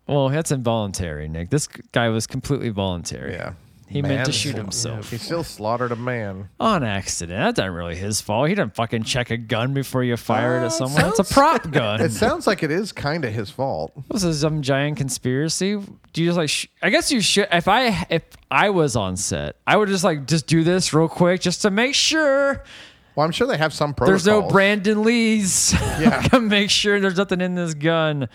well, that's involuntary, Nick. This guy was completely voluntary.
Yeah.
He
Man,
meant to shoot
yeah,
himself
He still slaughtered a man.
on accident. That's not really his fault. He didn't fucking check a gun before you fire it at someone. It's a prop gun.
It sounds like it is kind of his fault.
this is some giant conspiracy. Do you just like? Sh- I guess you should. If I if I was on set, I would just like just do this real quick just to make sure
Well, I'm sure they have some protocols.
there's no Brandon Lees.
Yeah.
Gotta make sure there's nothing in this gun.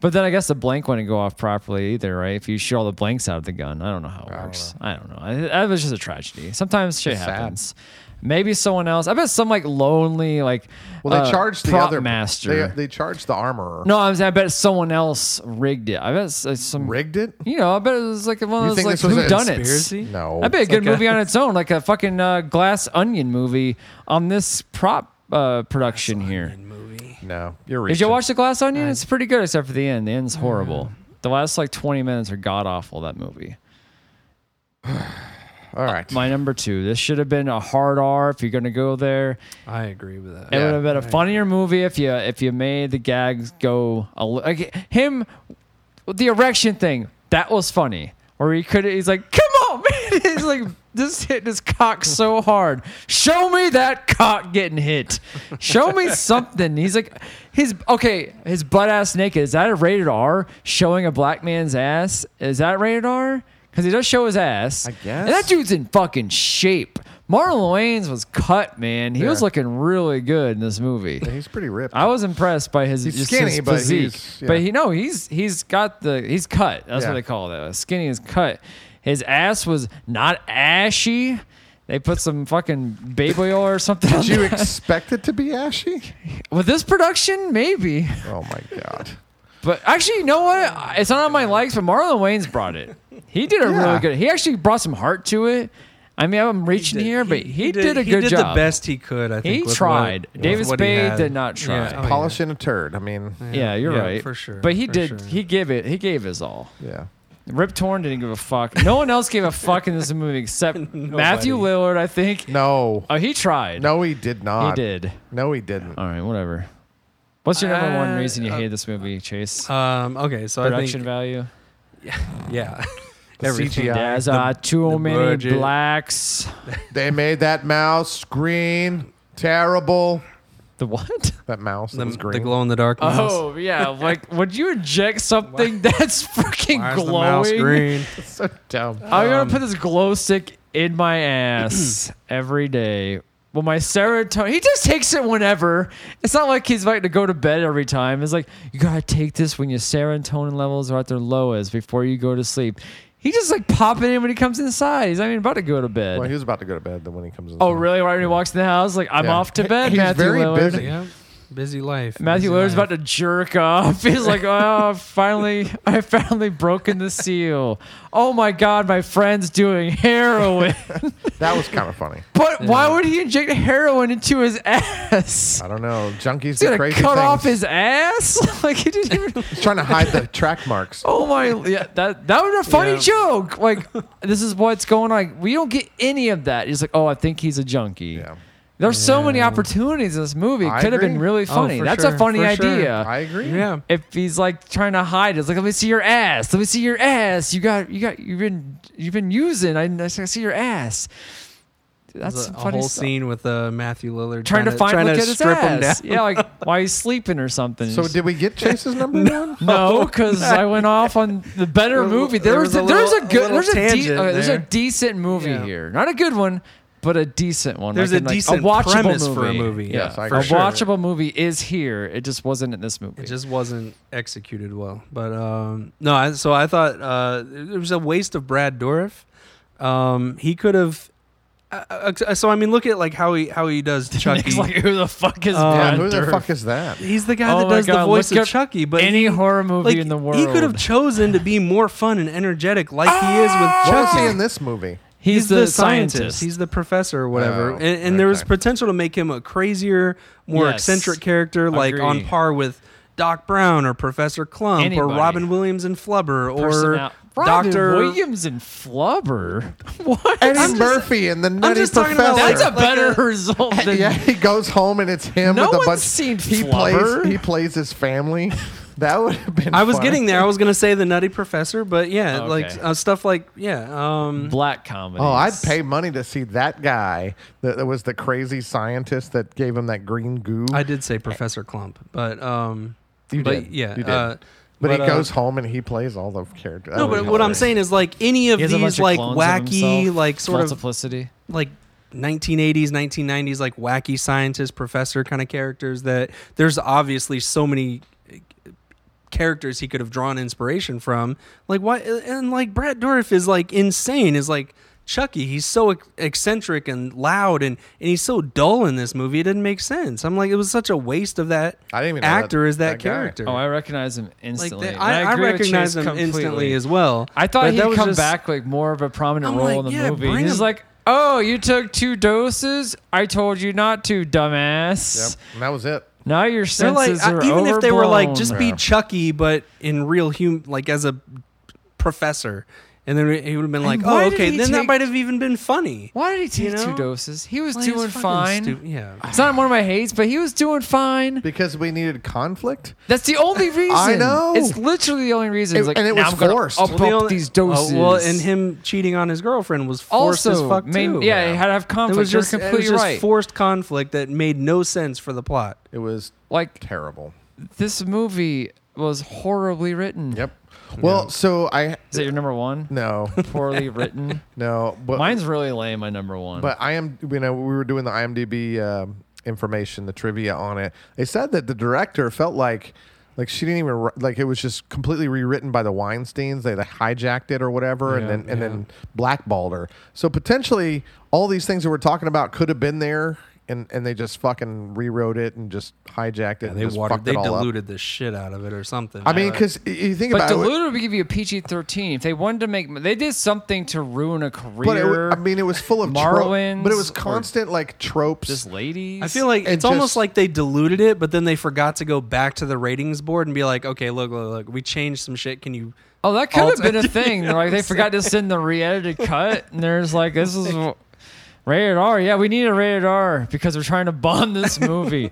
But then I guess the blank wouldn't go off properly either, right? If you shoot all the blanks out of the gun, I don't know how it works. I don't know. I, that was just a tragedy. Sometimes shit
sad.
happens. Maybe someone else. I bet some like lonely like.
Well, they
uh,
charged the
prop
other
master.
They, they charged the armorer.
no, I was. I bet someone else rigged it. I bet s- uh, some.
rigged it.
You know, I bet it was like one
You
of those
think
like
this was
who
a
done it.
conspiracy?
No,
I bet a good
like a-
movie on its own, like a fucking uh, glass onion movie on this prop uh, production here.
movie.
no. You're reaching.
Did you watch The Glass Onion? It's pretty good, except for the end. The end's horrible. The last like 20 minutes are god awful. That movie.
All right.
My number two. This should have been a hard R if you're gonna go there.
I agree with that.
It
Yeah.
would have been a funnier movie if you if you made the gags go a li- like him with the erection thing. That was funny. Or he could. He's like, come on, man. He's like, this hit his cock so hard. Show me that cock getting hit. Show me something. He's like, his okay, his butt ass naked. Is that a rated R? Showing a black man's ass is that rated R? Because he does show his ass. I
guess.
And that dude's in fucking shape. Marlon Wayans was cut, man. He was
Yeah.
looking really good in this movie.
He's pretty ripped.
I was impressed by his,
He's
just
skinny,
his
but
physique.
he's- yeah.
But he no, he's he's got the he's cut. That's what
Yeah.
they call that. Skinny is cut. His ass was not ashy. They put some fucking baby oil or something. on
Did you
there.
expect it to be ashy?
With this production, maybe.
Oh my god.
But actually, you know what? It's not on my likes, but Marlon Wayans brought it. He did a
Yeah.
really good. He actually brought some heart to it. I mean, I'm reaching
did-
here, but he, did, a
he
good
did
job.
the best he could. I think
He
with what-
tried.
with
David
what he
Spade
had.
did not try.
Yeah. Oh,
Polishing a turd. I mean,
Yeah, you're
Yeah,
right
for sure,
But he
for
did.
sure.
He gave it. He gave his all.
yeah.
Rip Torn didn't give a fuck. No one else gave a fuck in this movie except Matthew Lillard. I think.
No.
Oh, he tried.
No, he did
he
not.
did. Uh,
No, he didn't.
All right, whatever. What's your number one
Uh,
reason you
uh,
hate this movie, Chase?
Um, okay, so
Production
I
value.
think yeah,
The
everything.
CGI.
There's uh, too
the
many
budget.
blacks.
They made that mouse green. Terrible.
The what?
That mouse
The,
that was green.
glow in the dark.
Oh yeah, like would you inject something that's freaking
the mouse
glowing?
green.
so dumb.
I'm gonna
Um,
put this glow stick in my ass every day. Well, my serotonin. He just takes it whenever. It's not like he's like to go to bed every time. It's like you gotta take this when your serotonin levels are at their lowest before you go to sleep. He just like pop it in when he comes inside. He's not even about to go to bed.
Well, he was about to go to bed. Then when he comes in.
oh really? Right when he walks in the house, like I'm
Yeah.
off to bed.
He's
Matthew
very
Lillard.
busy.
Yeah, busy life.
Matthew
busy
Lillard's
life.
about to jerk off. He's like, oh, finally, I finally broken the seal. Oh my God, my friend's doing heroin.
That was kind of funny.
But why would he inject heroin into his ass?
I don't know. Junkies
He's
do
gonna cut
crazy things.
off his ass? like he didn't even.
He's trying to hide the track marks.
Oh my! Yeah, that that was a funny
Yeah.
joke. Like this is what's going on. We don't get any of that. He's like, oh, I think he's a junkie.
Yeah.
There's so many opportunities in this movie. It
I
could have been
agree.
really
Oh,
funny.
for
That's a
sure,
funny
for sure.
idea.
I agree.
Yeah,
if he's like trying to hide it. It's like, let me see your ass. Let me see your ass. You got, you got, you've been, you've been using. I, I see your ass. That's
There's
some
a, a
funny
whole
stuff.
scene with uh, Matthew Lillard
Trying, to find,
trying
look
to
at his
strip him down.
ass. Yeah, like why he's sleeping or something.
So did we get Chase's number one?
no, because I went off on the better
There was-
movie.
there
There
was
was,
a
a, there's
little-
a
a
good,
little
there's a, de-
tangent
okay, there's a
there.
decent movie
Yeah.
here. Not a good one, but a decent one.
There's
like
a
in, like,
decent
watchable
premise for a movie.
Yeah,
Yes, I
a
agree. For sure.
watchable movie is here. It just wasn't in this movie.
It just wasn't executed well. But um, no, I, so I thought uh, it was a waste of Brad Dourif. Um, he could have. Uh, uh, so I mean, look at like how he how he does
Nick's
Chucky.
like, who the fuck is
Yeah,
Yeah,
Brad
who the
Dourif?
fuck is that?
He's the guy
Oh
that
my
does
God,
the voice
look
of
up
Chucky. But
any
he-
horror movie
like,
in the world.
he could have chosen to be more fun and energetic, like he is with
What was
Chucky.
he in this movie?
Ah! He's, the, scientist.
He's the professor or whatever.
Oh,
and and there was
okay.
potential to make him a crazier, more
Yes.
eccentric character, like on
Agree.
par with Doc Brown or Professor Clump or
Anybody.
Robin Williams and Flubber or
Personnel- Robin
Doctor
Williams and Flubber. What?
Eddie
I'm just-
Murphy and the Nutty
just talking
Professor.
about
that's a
Like
better
a-
result than
yeah, he goes home and it's him
No
with a
one's
bunch.
seen
he
Flubber.
plays. He plays his family. That would have been.
I was
funny.
getting there. I was gonna say the Nutty Professor, but yeah,
Okay.
like uh, stuff like yeah, um,
black comedy.
Oh, I'd pay money to see that guy that, that was the crazy scientist that gave him that green goo.
I did say Professor Clump, but um,
You
but
did.
yeah,
You did.
uh,
but, he
uh,
goes home and he plays all the characters.
No, but what I'm saying is like any of
He has a bunch
these
of
like
clones of
wacky,
himself.
like sort of
multiplicity.
like 1980s 1990s like wacky scientist professor kind of characters that there's obviously so many uh, characters he could have drawn inspiration from like why eh, and like brad dorff is like insane is like chucky he's so ec- eccentric and loud and and he's so dull in this movie it didn't make sense i'm like it was such a waste of that
I didn't even know that-
actor is that,
that guy.
character
Oh, I recognize him
like that-
instantly. And
I, I,
agree with
recognize
Chase
him instantly
completely.
as well
I thought
but that
he'd
was
come
just-
back like more of a prominent
I'm
role
like,
in the
yeah,
movie.
bring
He's
him-
like, "Oh, you took two doses. I told you not to, dumbass.
Yep, and that was it.
Now your
They're
senses
like, I-
are
even if they were like, just be
Yeah.
Chucky, but in real human, like as a professor, and then he would have been like,
why
oh,
did
okay,
he
then that
take-
might have even been funny.
Why did he take
you know?
two doses? He was
Like, it's
doing
fucking
fine.
stu- yeah,
It's not one of my hates, but he was doing fine.
Because we needed conflict.
That's the only reason.
know.
It's literally the only reason.
It-
He's like,
and it
"Now
was
I'm gonna
forced."
Up,
Well,
the
up
only-
these doses.
Oh, well, and him cheating on his girlfriend was forced as
also,
fuck
main-
too.
yeah, he had to have
It
conflict.
was
You're
just, it
completely
was just
right.
forced conflict that made no sense for the plot.
It was
like
terrible.
this movie was horribly written.
Yep. Well, so I
Is that your number one?
no,
Poorly written.
no, but
Mine's really lame. My number one.
But I am, you know, we were doing the IMDb um, information, the trivia on it. They said that the director felt like, like she didn't even ri- like it was just completely rewritten by the Weinstein's. They, they hijacked it or whatever, and
Yeah,
then and
yeah.
then blackballed her. So potentially, all these things that we're talking about could have been there and and they just fucking rewrote it and just hijacked it. and
They
just
watered,
fucked it
they
all up.
diluted the shit out of it or something.
I mean, because you think
But
about it,
diluted would give you a PG thirteen. If they wanted to make, they did something to ruin a career.
but it, wa- I mean, it was full of tropes.
Marlins
But it was
or
constant like tropes.
just ladies.
I feel like
and
it's almost
just-
like they diluted it, but then they forgot to go back to the ratings board and be like, okay, look, look, look, we changed some shit. Can you?
Oh, that could have been a
Alter-
thing. like they forgot to send the re-edited cut, and there's like, this is w- rated R. Yeah, we need a rated R because we're trying to bond this movie.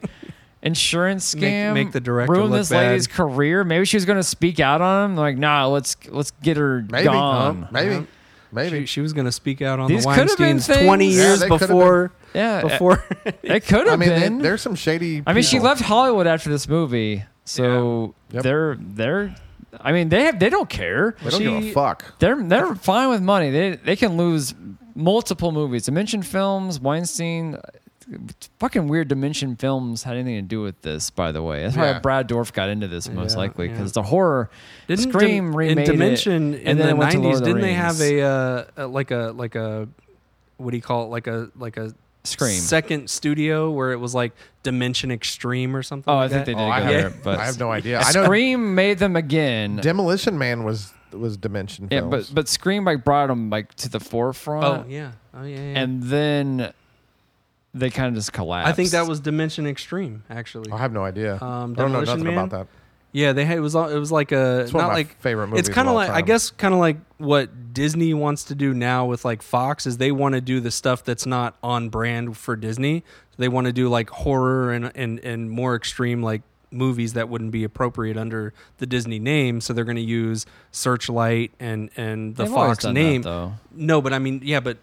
Insurance
Make-
scam.
make the director
ruin
look
this lady's
bad.
career. Maybe she was going to speak out on him. Like, nah, let's let's get her
maybe,
gone.
huh? maybe, maybe.
She, she was going to speak out on
These
the
could have been
Weinstein's twenty
things.
Yeah,
years
they could have
before.
Yeah, uh,
before.
it could have
I mean, they-
been.
there's some shady.
I mean, she
people.
left Hollywood after this movie, so
Yeah. Yep.
they're they're. I mean, they have they don't care.
They don't give
She-
a fuck.
They're they're fine with money. They they can lose multiple movies. Dimension Films, Weinstein. it's fucking weird. Dimension Films had anything to do with this, by the way. That's
Yeah.
why Brad Dwarf got into this most
Yeah,
likely
yeah.
because the horror
Didn't
Scream
Dim-
remade
in Dimension
it,
in the
it went to Lord
nineties?
of the
Didn't they
Rings.
have a, uh, a like a like a what do you call it? Like a like a
Scream?
second studio where it was like Dimension Extreme or something.
oh, I
like
think
that?
they did
I
go
have,
there, but
I have no idea. I know
Scream made them again.
Demolition Man was was Dimension.
yeah,
Films.
but but Scream like brought them like to the forefront.
Oh yeah, oh yeah. yeah.
Mm.
and then they kind of just collapsed.
I think that was Dimension Extreme actually.
I have no idea.
Um,
I don't know
Demolition
nothing
Man?
about that.
Yeah, they had, it was all- it was like a
one of
not
my
like
favorite movies
It's
of
kind
all
like I
time.
guess kind of like what Disney wants to do now with like Fox is they want to do the stuff that's not on brand for Disney. They want to do like horror and and and more extreme like movies that wouldn't be appropriate under the Disney name. So they're going to use Searchlight and and the
They've always
Fox
done that,
name.
though.
No, but I mean, yeah, but.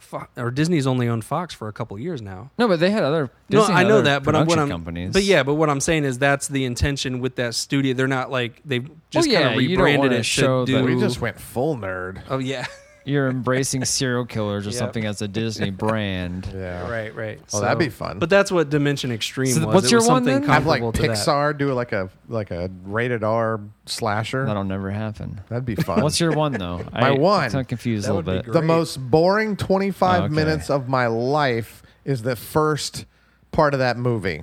Fo- Or Disney's only owned Fox for a couple years now.
no, but they had other. Disney
no, I
had
know
other
that, but I'm, what
production
I'm
companies.
but yeah, but what I'm saying is that's the intention with that studio. They're not like they've just
yeah,
kind of
you don't
rebranded
wanna
it
show
to do.
that-
We just went full nerd.
oh yeah,
you're embracing serial killers or
Yep.
something as a Disney brand.
Yeah.
right, right.
Oh, that'd be fun.
But that's what Dimension Extreme
So th-
was.
what's
It
your
was
one
something
then?
Have like
comparable to that.
Pixar do like a like a rated R slasher.
That'll never happen.
That'd be fun.
What's your one though?
My one.
I'm kinda confused
That
a
would
little
be
bit.
great.
the most boring 25
Okay.
minutes of my life is the first part of that movie.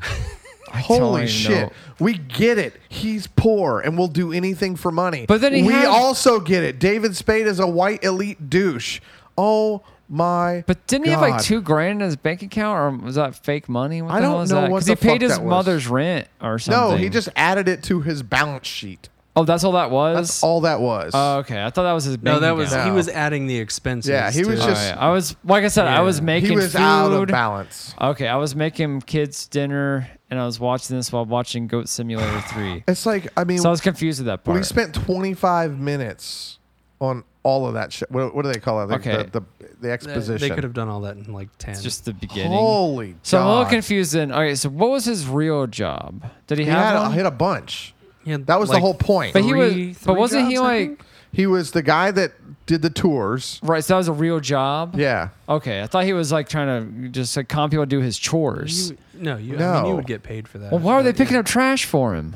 Holy
even
shit.
know.
We get it. He's poor and will do anything for money.
But then he
we
has-
also get it. David Spade is a white elite douche. Oh my
But didn't he have like
God.
two grand in his bank account, or was that fake money? What
I
the
don't
hell is
know
that?
what
'Cause
the
he paid
fuck
his
that was.
mother's rent or something.
No, he just added it to his balance sheet.
Oh, that's all that was.
That's all that was.
Oh, okay. I thought that was his.
No,
bank
that was
account.
he
No.
was adding the expenses.
Yeah, he was
to-
All
just-
right. I was like I said, I was making
he was
food.
out of balance.
Okay, I was making kids dinner and I was watching this while watching Goat Simulator 3.
It's like I mean
So I was confused with that part.
We spent 25 minutes on all of that shit. What, what do they call it? The,
Okay.
The, the, the exposition.
They could have done all that in like ten.
It's just the beginning.
Holy
so I'm a little
Oh, God.
confused then. Okay, so what was his real job? Did he,
He
have
had,
one?
he had a bunch.
Yeah,
That was the
like-
whole point.
but he was
three-
but
three
wasn't he
jobs, I
like
he was the guy that did the tours.
right, so that was a real job?
Yeah.
Okay. I thought he was like trying to just like comp people to do his chores.
You- no, you, I mean,
No.
you would get paid for that.
well, why are they picking up trash for him?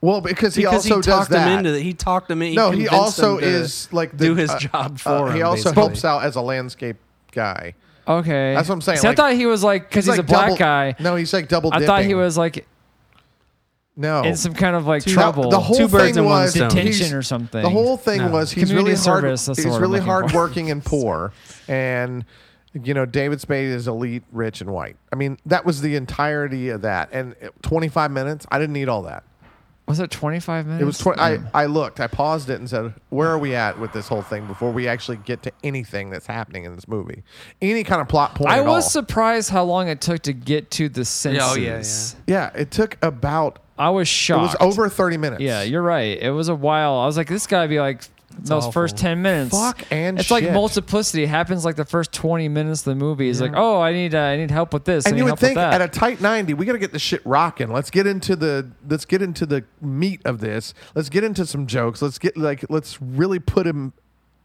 Well, because he
because
also
he
does
talked
that. Uh,
him into that. He talked him in.
no, he
convinced him
also
to
is like the,
do his
uh,
job for
uh,
him.
He also
basically.
helps out as a landscape guy.
Okay.
That's what I'm saying,
See,
like-
I thought he was like cuz he's,
like
a black
double-
guy.
No, he's like double.
I thought he
dipping.
was like
no
in some kind of like
That-
trouble.
The whole
Two birds in
thing
one
was
stone.
Detention
he's-
or something.
The whole thing
No.
was he's
Community
really
service,
hard.
that's the
He's
word I'm
really
looking for.
hardworking and poor, and you know David Spade is elite, rich, and white. I mean, that was the entirety of that. And 25 minutes, I didn't need all that.
was it 25 minutes?
It was 20. I, I looked, I paused it, and said, "Where are we at with this whole thing before we actually get to anything that's happening in this movie? Any kind of plot point?
I
at
was
all.
surprised how long it took to get to the senses.
yeah, Oh, yeah.
yeah. It took about.
I was
It
shocked.
was over 30 minutes.
Yeah, you're right. It was a while. I was like, this gotta be like those
awful.
first ten minutes.
Fuck and
it's like
shit.
multiplicity It happens like the first twenty minutes of the movie. It's like, oh, I need uh, I need help with this. I
and
need
you would
help
think
with
at
that.
a tight 90 we got to get this shit rocking let's get into the let's get into the meat of this let's get into some jokes let's get like let's really put him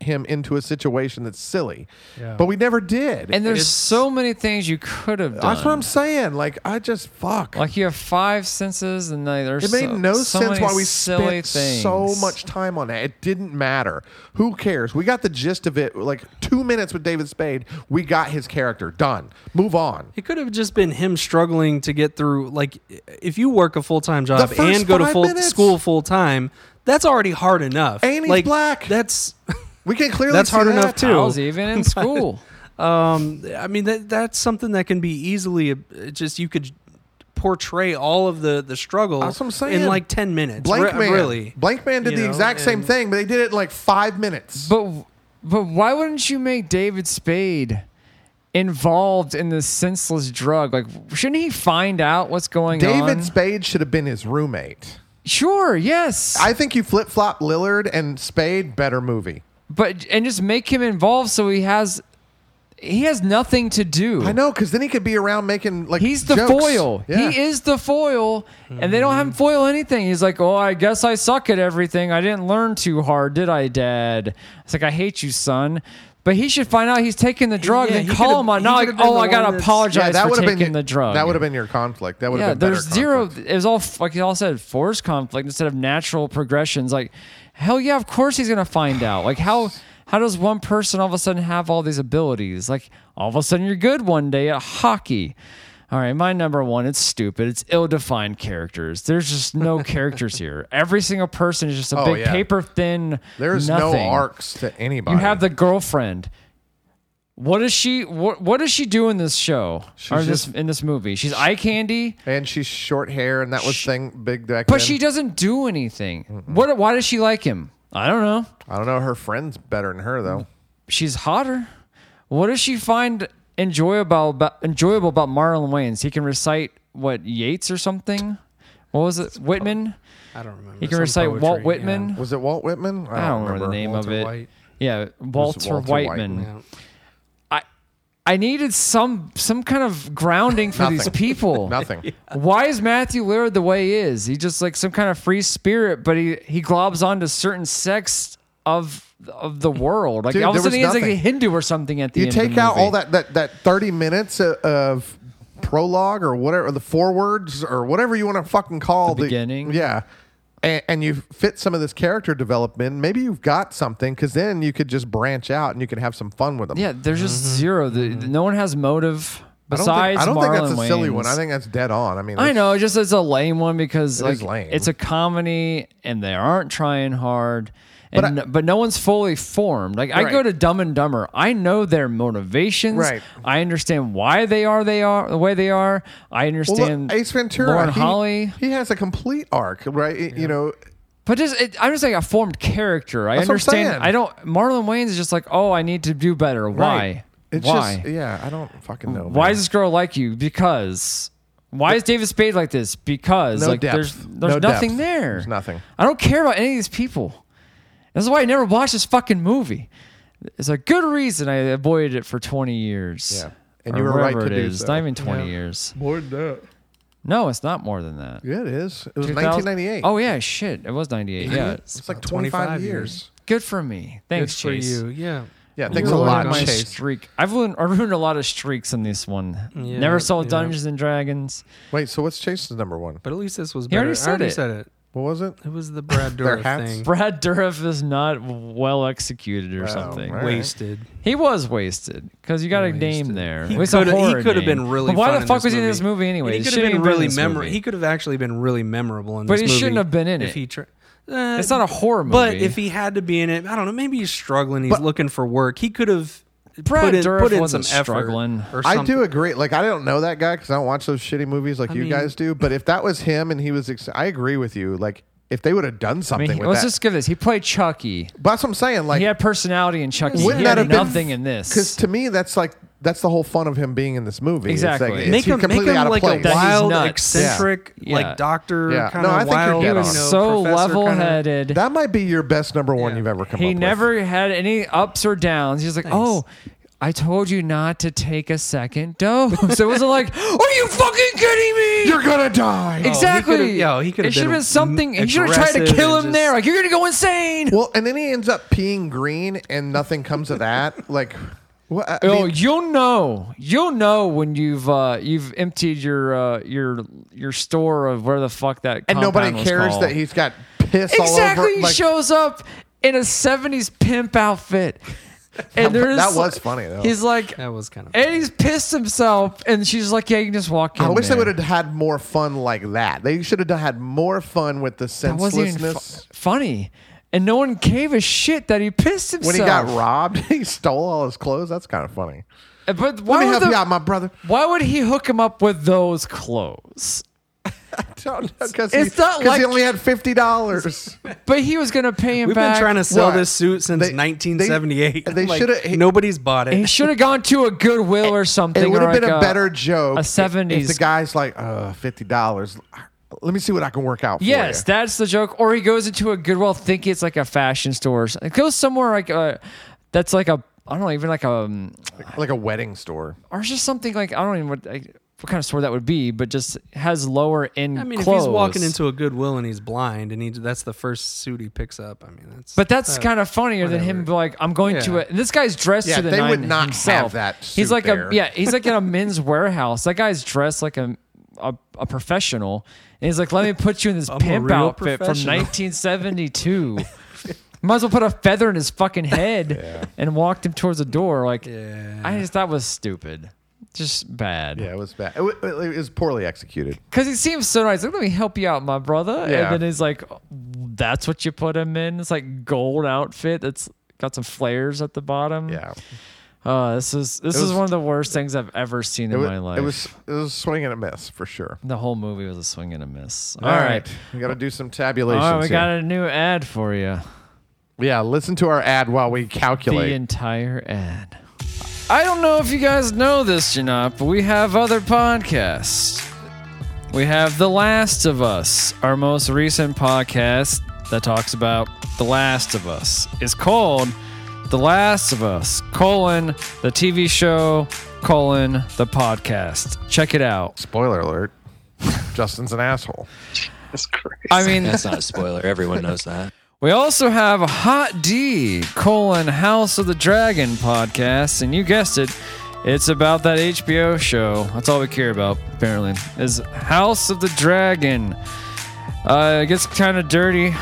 him into a situation that's silly.
Yeah.
But we never did.
And there's
It's-
so many things you could have done.
that's what I'm saying. Like I just fuck.
Like you have five senses, and they, there's
it made
so-
no
so
sense
many
why we
silly
spent
things.
so much time on that. It didn't matter. Who cares? We got the gist of it. Like two minutes with David Spade, we got his character done. Move on.
It could have just been him struggling to get through. Like, if you work a full time job
The first
and go to
five
full
minutes.
school full time, that's already hard enough.
And he's
like,
black.
That's
We can clearly
That's
see
hard
that.
enough, too.
I was even in school.
um i mean that that's something that can be easily uh, just you could portray all of the the struggle
That's what I'm saying.
in like 10 minutes
Blank
Re-
Man.
really
Blank Man did
You
the
know,
exact same
and-
thing, but they did it in like five minutes.
But but why wouldn't you make David Spade involved in this senseless drug? Like, shouldn't he find out what's going on?
David Spade should have been his roommate.
Sure, yes.
I think you flip flop Lillard and Spade, better movie.
but and just make him involved so he has he has nothing to do.
I know, because then he could be around making like
He's the
jokes.
foil.
Yeah.
He is the foil, and they don't have him
Hmm.
foil anything. He's like, "Oh, I guess I suck at everything. I didn't learn too hard, did I, Dad?" It's like, "I hate you, son." But he should find out he's taking the drug
yeah,
and
he
call
could've-
him on.
he
Not like,
could've been
"Oh,
the
I gotta
one that's-
apologize for
would have
taking the drug."
That would have been your conflict. That would have
yeah.
been better
There's zero.
conflict.
It was all f- like y'all said, forced conflict instead of natural progressions. Like, hell yeah, of course he's gonna find out. Like how. How does one person all of a sudden have all these abilities? Like all of a sudden you're good one day at hockey. All right, my number one, it's stupid. It's ill-defined characters. There's just no characters here. Every single person is just a
Oh,
big
yeah.
paper thin.
There's
nothing.
no arcs to anybody.
You have the girlfriend. What is she? What What does she do in this show? or in this
just-
in this movie? She's eye candy,
and she's short hair, and that was thing big back
but
then.
she doesn't do anything. What? Why does she like him? I don't know.
I don't know. Her friend's better than her though.
She's hotter. What does she find enjoyable about enjoyable about Marlon Wayans? He can recite what Yeats or something. What was it? Whitman.
i don't remember
He can
Some
recite Walt
poetry,
Whitman.
Was it Walt Whitman?
I don't remember the name
Walter
of it.
White.
Yeah, Walter,
Walter
Whiteman.
yeah.
I I needed some some kind of grounding for these
Nothing.
people.
Nothing.
Why is Matthew Lillard the way he is? He just like some kind of free spirit, but he he globs onto certain sects of of the world. Like
Dude,
all of a
there
sudden
was
he is like a
nothing.
Hindu or something at the
You
end. of the
take out
movie.
all that that that thirty minutes o- of prologue or whatever the forewords or whatever you want to fucking call
The beginning.
Yeah. And, and you fit some of this character development. Maybe you've got something because then you could just branch out and you could have some fun with them.
Yeah, there's just zero. The, no one has motive
Mm-hmm. I don't think-
besides
I don't think,
Marlon
that's a silly one.
Wayans.
I think that's dead on. I mean,
I
that's-
know, it's just it's a lame one because
It
like
is lame.
it's a comedy and they aren't trying hard. And,
But
but,
I-
no one's fully formed. Like I
Right.
go to Dumb and Dumber, I know their motivations.
Right.
I understand why they are they are the way they are. I
Well, look,
understand
Ace Ventura,
Lauren
he,
Holly.
he has a complete arc, right? It- You know,
But just it, I'm just like a formed character. I
That's what I'm saying.
understand. I don't. Marlon Wayne's is just like, oh, I need to do better. Why?
Right. It's
Why?
just yeah, I don't fucking know.
Why
Oh, man.
is this girl like you? Because. Why is David Spade like this? Because
No
like
depth.
there's there's
No depth.
nothing there.
There's nothing.
I don't care about any of these people. This is why I never watched this fucking movie. It's a good reason I avoided it for 20 years.
Yeah. And
Or
you were right
wherever
to
it
do
is.
so.
Not even 20 years.
more than that?
No, it's not more than that.
Yeah, it is. It was
2000
1998.
Oh yeah, shit. It was 98. Yeah. It's
it's like
About
25,
25
years.
years.
good for me. Thanks
good
Chase.
for you yeah
Yeah,
You
thanks a
ruined
lot,
my
Chase.
streak. I've ruined, I ruined a lot of streaks in this one.
Yeah,
Never saw
yeah.
Dungeons and Dragons.
Wait, so what's Chase's number one?
but at least this was
He
better
already
i
said
already
it.
said it
What was it?
it was the brad
Their
dourif
hats?
thing
Brad Dourif is not well executed or something.
right.
wasted
He was wasted because you got a name
Wasted.
there.
He
It's a
coulda- he
horror
coulda
name.
been really
But why
fun
the
in
fuck
this
was he in
movie.
this movie
And
anyway?
he
It
could
shouldn't
have been
even in
really
this
memorable
movie.
he could have actually been really memorable in
But
this
he
movie
shouldn't have been in
if
it.
he tra- uh,
It's not a horror movie.
But if he had to be in it, I don't know. Maybe he's struggling. He's looking for work. He could have
Brad
put in,
Dourif
put in some
wasn't struggling.
effort. Or
I do
something.
agree. Like I don't know that guy because I don't watch those shitty movies like you
mean-
guys do. But if that was him and he was, ex- I agree with you. Like if they would have done
I
something
mean,
with
let's
that,
just give this. He played Chucky.
but that's what I'm saying. Like
He had personality in Chucky.
Wouldn't
he
that
had
have been-
nothing in
Because
this.
to me, that's like that's the whole fun of him being in this movie. It's like,
Exactly.
it's-
Make
he's
him, make
completely
him
out of
like
place.
a
That he's
wild,
nuts.
eccentric,
Yeah. Yeah.
like doctor
Yeah.
kind of
No, I think you're
wild.
dead
He
you
on.
was
know,
so
professor kinda-
level-headed.
That might be your best number one
Yeah.
you've ever come up
he
with.
never had any ups or downs. He's like, oh, I told you not to take a second dose. It was like, are you fucking kidding me?
You're gonna die.
exactly.
Oh, could've- yo, he could've
It should have
been
been something. He
m-
should have tried to
aggressive
kill him
and
there.
just-
Like you're gonna go insane.
Well, and then he ends up peeing green, and nothing comes of that. Like, what? I
Oh,
mean,
you'll know. You'll know when you've uh, you've emptied your uh, your your store of where the fuck that
and nobody
compound was
cares
called.
that he's got piss all
exactly.
over.
He
like,
shows up in a '70s pimp outfit, and there's
that was funny, though.
He's like,
That was kind of.
and he's pissed himself, and she's like, "Yeah, you can just walk in."
I wish
man.
they would have had more fun like that. They should have had more fun with the
That wasn't even fu-
senselessness.
funny, and no one gave a shit that he pissed himself
When he got robbed, he stole all his clothes. That's kind of funny.
But
Let
why
me
would
help
the-
you out, my brother.
Why would he hook him up with those clothes?
Because he,
It's not
'cause he
like-
only had fifty dollars.
But he was gonna pay him
We've
back.
been trying to sell
What?
this suit since
They- they-
1978.
they shoulda- he-
Nobody's bought
He
it.
should have gone to a Goodwill or something.
It would
or
have been
like
a better joke.
a
if- If
70s.
the guy's like, uh, fifty dollars. Let me see what I can work out. For
Yes,
you."
that's the joke. Or he goes into a Goodwill, thinking it's like a fashion store. or something. Go somewhere like uh, that's like a I don't know, even like a um,
like a wedding store.
or just something like I don't even what, like, what kind of store that would be, but just has lower end.
I mean,
clothes.
if he's walking into a Goodwill and he's blind, and he, that's the first suit he picks up. I mean, that's.
But that's kind of funnier than him.
whatever.
be Like I'm going to
Yeah.
a, and this guy's dressed
Uh, Yeah,
to the
they would
nine
not have
himself.
that
he's
suit
like
there.
a yeah. He's like in a men's warehouse. That guy's dressed like a a, a professional, and he's like, "Let me put you in this
I'm a
pimp
real
outfit from
professional."
1972." Might as well put a feather in his fucking head and walked him towards the door. Like, I just that was stupid, just bad.
Yeah, it was bad. It, wa- it, was poorly executed.
Because he seems so nice. Like, let me help you out, my brother.
Yeah.
And then he's like, that's what you put him in. It's like gold outfit that's got some flares at the bottom.
Yeah,
Uh, this is this
was-
is one of the worst things I've ever seen
it
in
was.
my life.
It was. It was swing and a miss for sure.
the whole movie was a swing and a miss.
All
right.
we got to do some
All
tabulations.
right, we
here.
got a new ad for you.
Yeah, listen to our ad while we
The
calculate.
entire ad. I don't know if you guys know this or not, but we have other podcasts. We have The Last of Us, our most recent podcast that talks about The Last of Us. It's called The Last of Us, colon, the TV show, colon, the podcast. Check it out.
Spoiler alert: Justin's an asshole.
I mean,
That's not a spoiler. Everyone knows that.
We also have Hot D colon House of the Dragon podcast, and you guessed it, it's about that HBO show. That's all we care about, apparently, is House of the Dragon. Uh, it gets kind of dirty.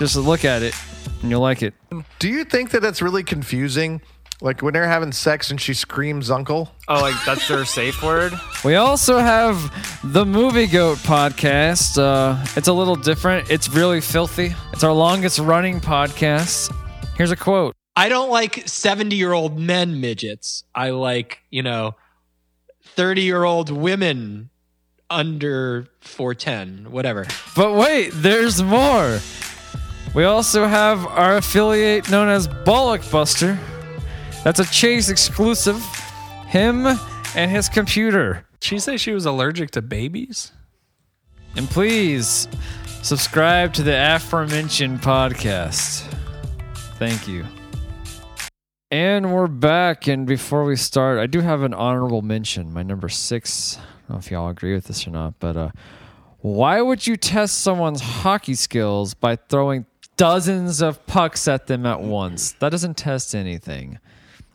Just look at it, and you'll like it.
Do you think that that's really confusing? Like when they're having sex and she screams "uncle."
Oh, like that's their safe word?
We also have the Movie Goat podcast. Uh, it's a little different. It's really filthy. It's our longest running podcast. Here's a quote.
I don't like 70 year old men midgets. I like, you know, 30 year old women under 410, whatever.
But wait, there's more. We also have our affiliate known as Bollock Buster. That's a Chase exclusive. Him and his computer.
She say she was allergic to babies.
And please subscribe to the aforementioned podcast. Thank you. And we're back. And before we start, I do have an honorable mention, my number six. I don't know if y'all agree with this or not, but uh, why would you test someone's hockey skills by throwing dozens of pucks at them at once? That doesn't test anything.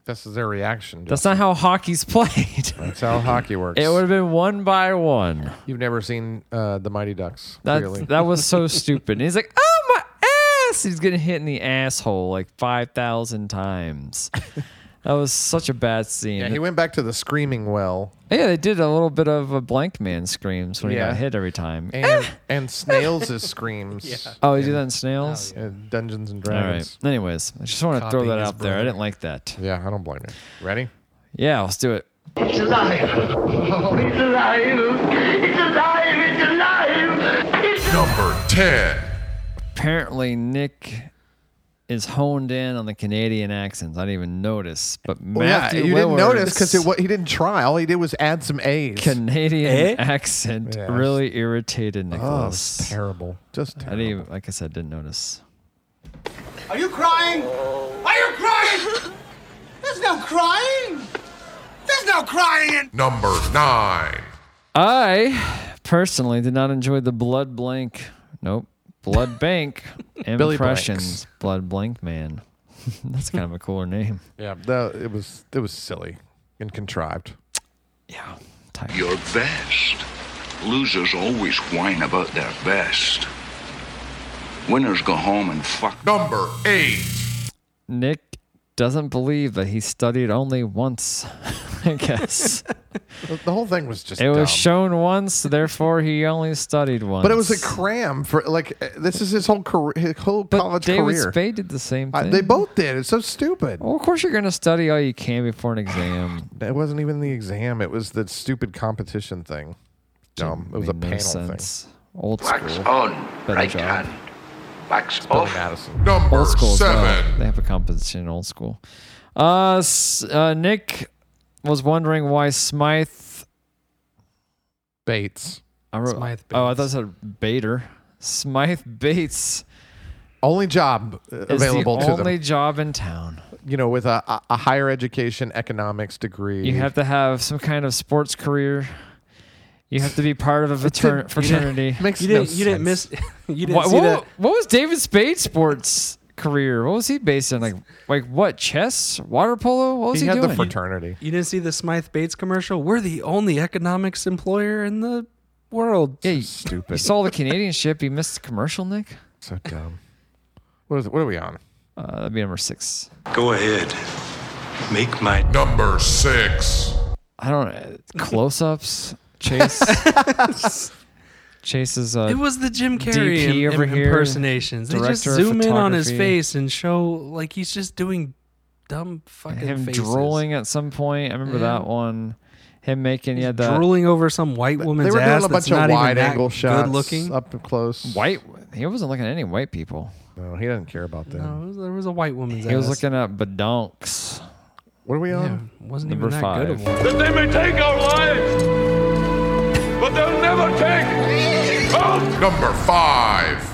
This is their reaction.
That's not how hockey's played.
That's how hockey works.
It would have been one by one.
You've never seen uh, the Mighty Ducks. clearly.
That, that was so stupid. And he's like, oh, my ass. He's getting hit in the asshole like 5,000 times. that was such a bad scene.
yeah,
Yeah,
he went back to the screaming well
they did a little bit of a blank man screams when
Yeah.
he got hit every time.
and and snails' screams.
oh, you do that in snails?
Uh, Dungeons and
All right.
Dragons.
Anyways, I just want to throw
Copying
that
his
out there. I
brother.
didn't like that.
Yeah, I don't blame you. Ready?
Yeah, let's do it.
It's alive. Oh, it's alive. It's alive. It's alive. It's alive.
Apparently, Nick is honed in on the Canadian accents. I didn't even notice. But Matthew
Oh, Uh, you didn't
Lillard's
notice because he didn't try. All he did was add some A's.
Canadian
Eh?
accent
Yeah.
really irritated
oh,
Nicholas.
it's terrible. Just
I
terrible.
didn't, even- like I said, didn't notice.
Are you crying? Are you crying? There's no crying. There's no crying.
Number nine.
I personally did not enjoy the blood blank. Nope. Blood bank impressions. blood blank man. That's kind of a cooler name.
Yeah, that, it was it was silly and contrived.
Yeah. Tight.
Your best. Losers always whine about their best. Winners go home and fuck.
Number eight.
Nick doesn't believe that he studied only once. I guess
The the whole thing was just
it
dumb.
was shown once, therefore he only studied once.
but it was a cram for like uh, this is his whole career, his whole
But
college
David
career.
Spade did the same
I-
thing.
they both did. It's so stupid.
Well, of course you're gonna study all you can before an exam.
It wasn't even the exam. It was the stupid competition thing. Dumb. It was a
Made
panel
no
thing.
sense. Old
Wax
school.
on,
Better
right
job.
hand. Wax
Oh.
Billy
off,
Madison.
Number
old school as well.
seven.
They have a competition in old school. Uh, s- uh, Nick was wondering why Smythe.
Bates.
I wrote,
Smythe
Oh, I thought it
Bates.
said Bader. Smythe Bates
Only job uh,
is
available
the
to
only
them.
job in town.
You know, with a, a- a higher education economics degree.
You have to have some kind of sports career. You have to be part of a frater- fraternity.
makes
You
no
didn't. you didn't
sense.
miss. You didn't
What,
see
what,
that.
what was David Spade's sports career? What was he based in? Like, like what? Chess, water polo? What was
He
he,
had
doing?
the fraternity.
You didn't see the Smythe Bates commercial? We're the only economics employer in the world.
yeah, you, you
Stupid.
saw the Canadian ship. You missed the commercial, Nick.
so dumb. What is? What are we on?
Uh, that'd be number six.
Go ahead. Make my
Number six.
I don't know. Close ups. Chase. Chase is uh,
It was the Jim Carrey
DP
im-
over
im-
here,
impersonations. They just
director of
zoom in on his
photography.
face and show like he's just doing dumb fucking
him
faces.
drooling at some point. I remember that one. Him making yeah the
drooling over some white
they
woman's
were
ass
doing a bunch
that's
of
not
wide
even
angle
that
shots,
good looking.
up close.
white. He wasn't looking at any white people.
No, he doesn't care about that.
No, it was- there was a white woman's
He
ass.
was looking at badonks.
What are we on?
Yeah, wasn't
Number
even that good of
five.
one.
That they may take our lives, but they'll never take our
Number five.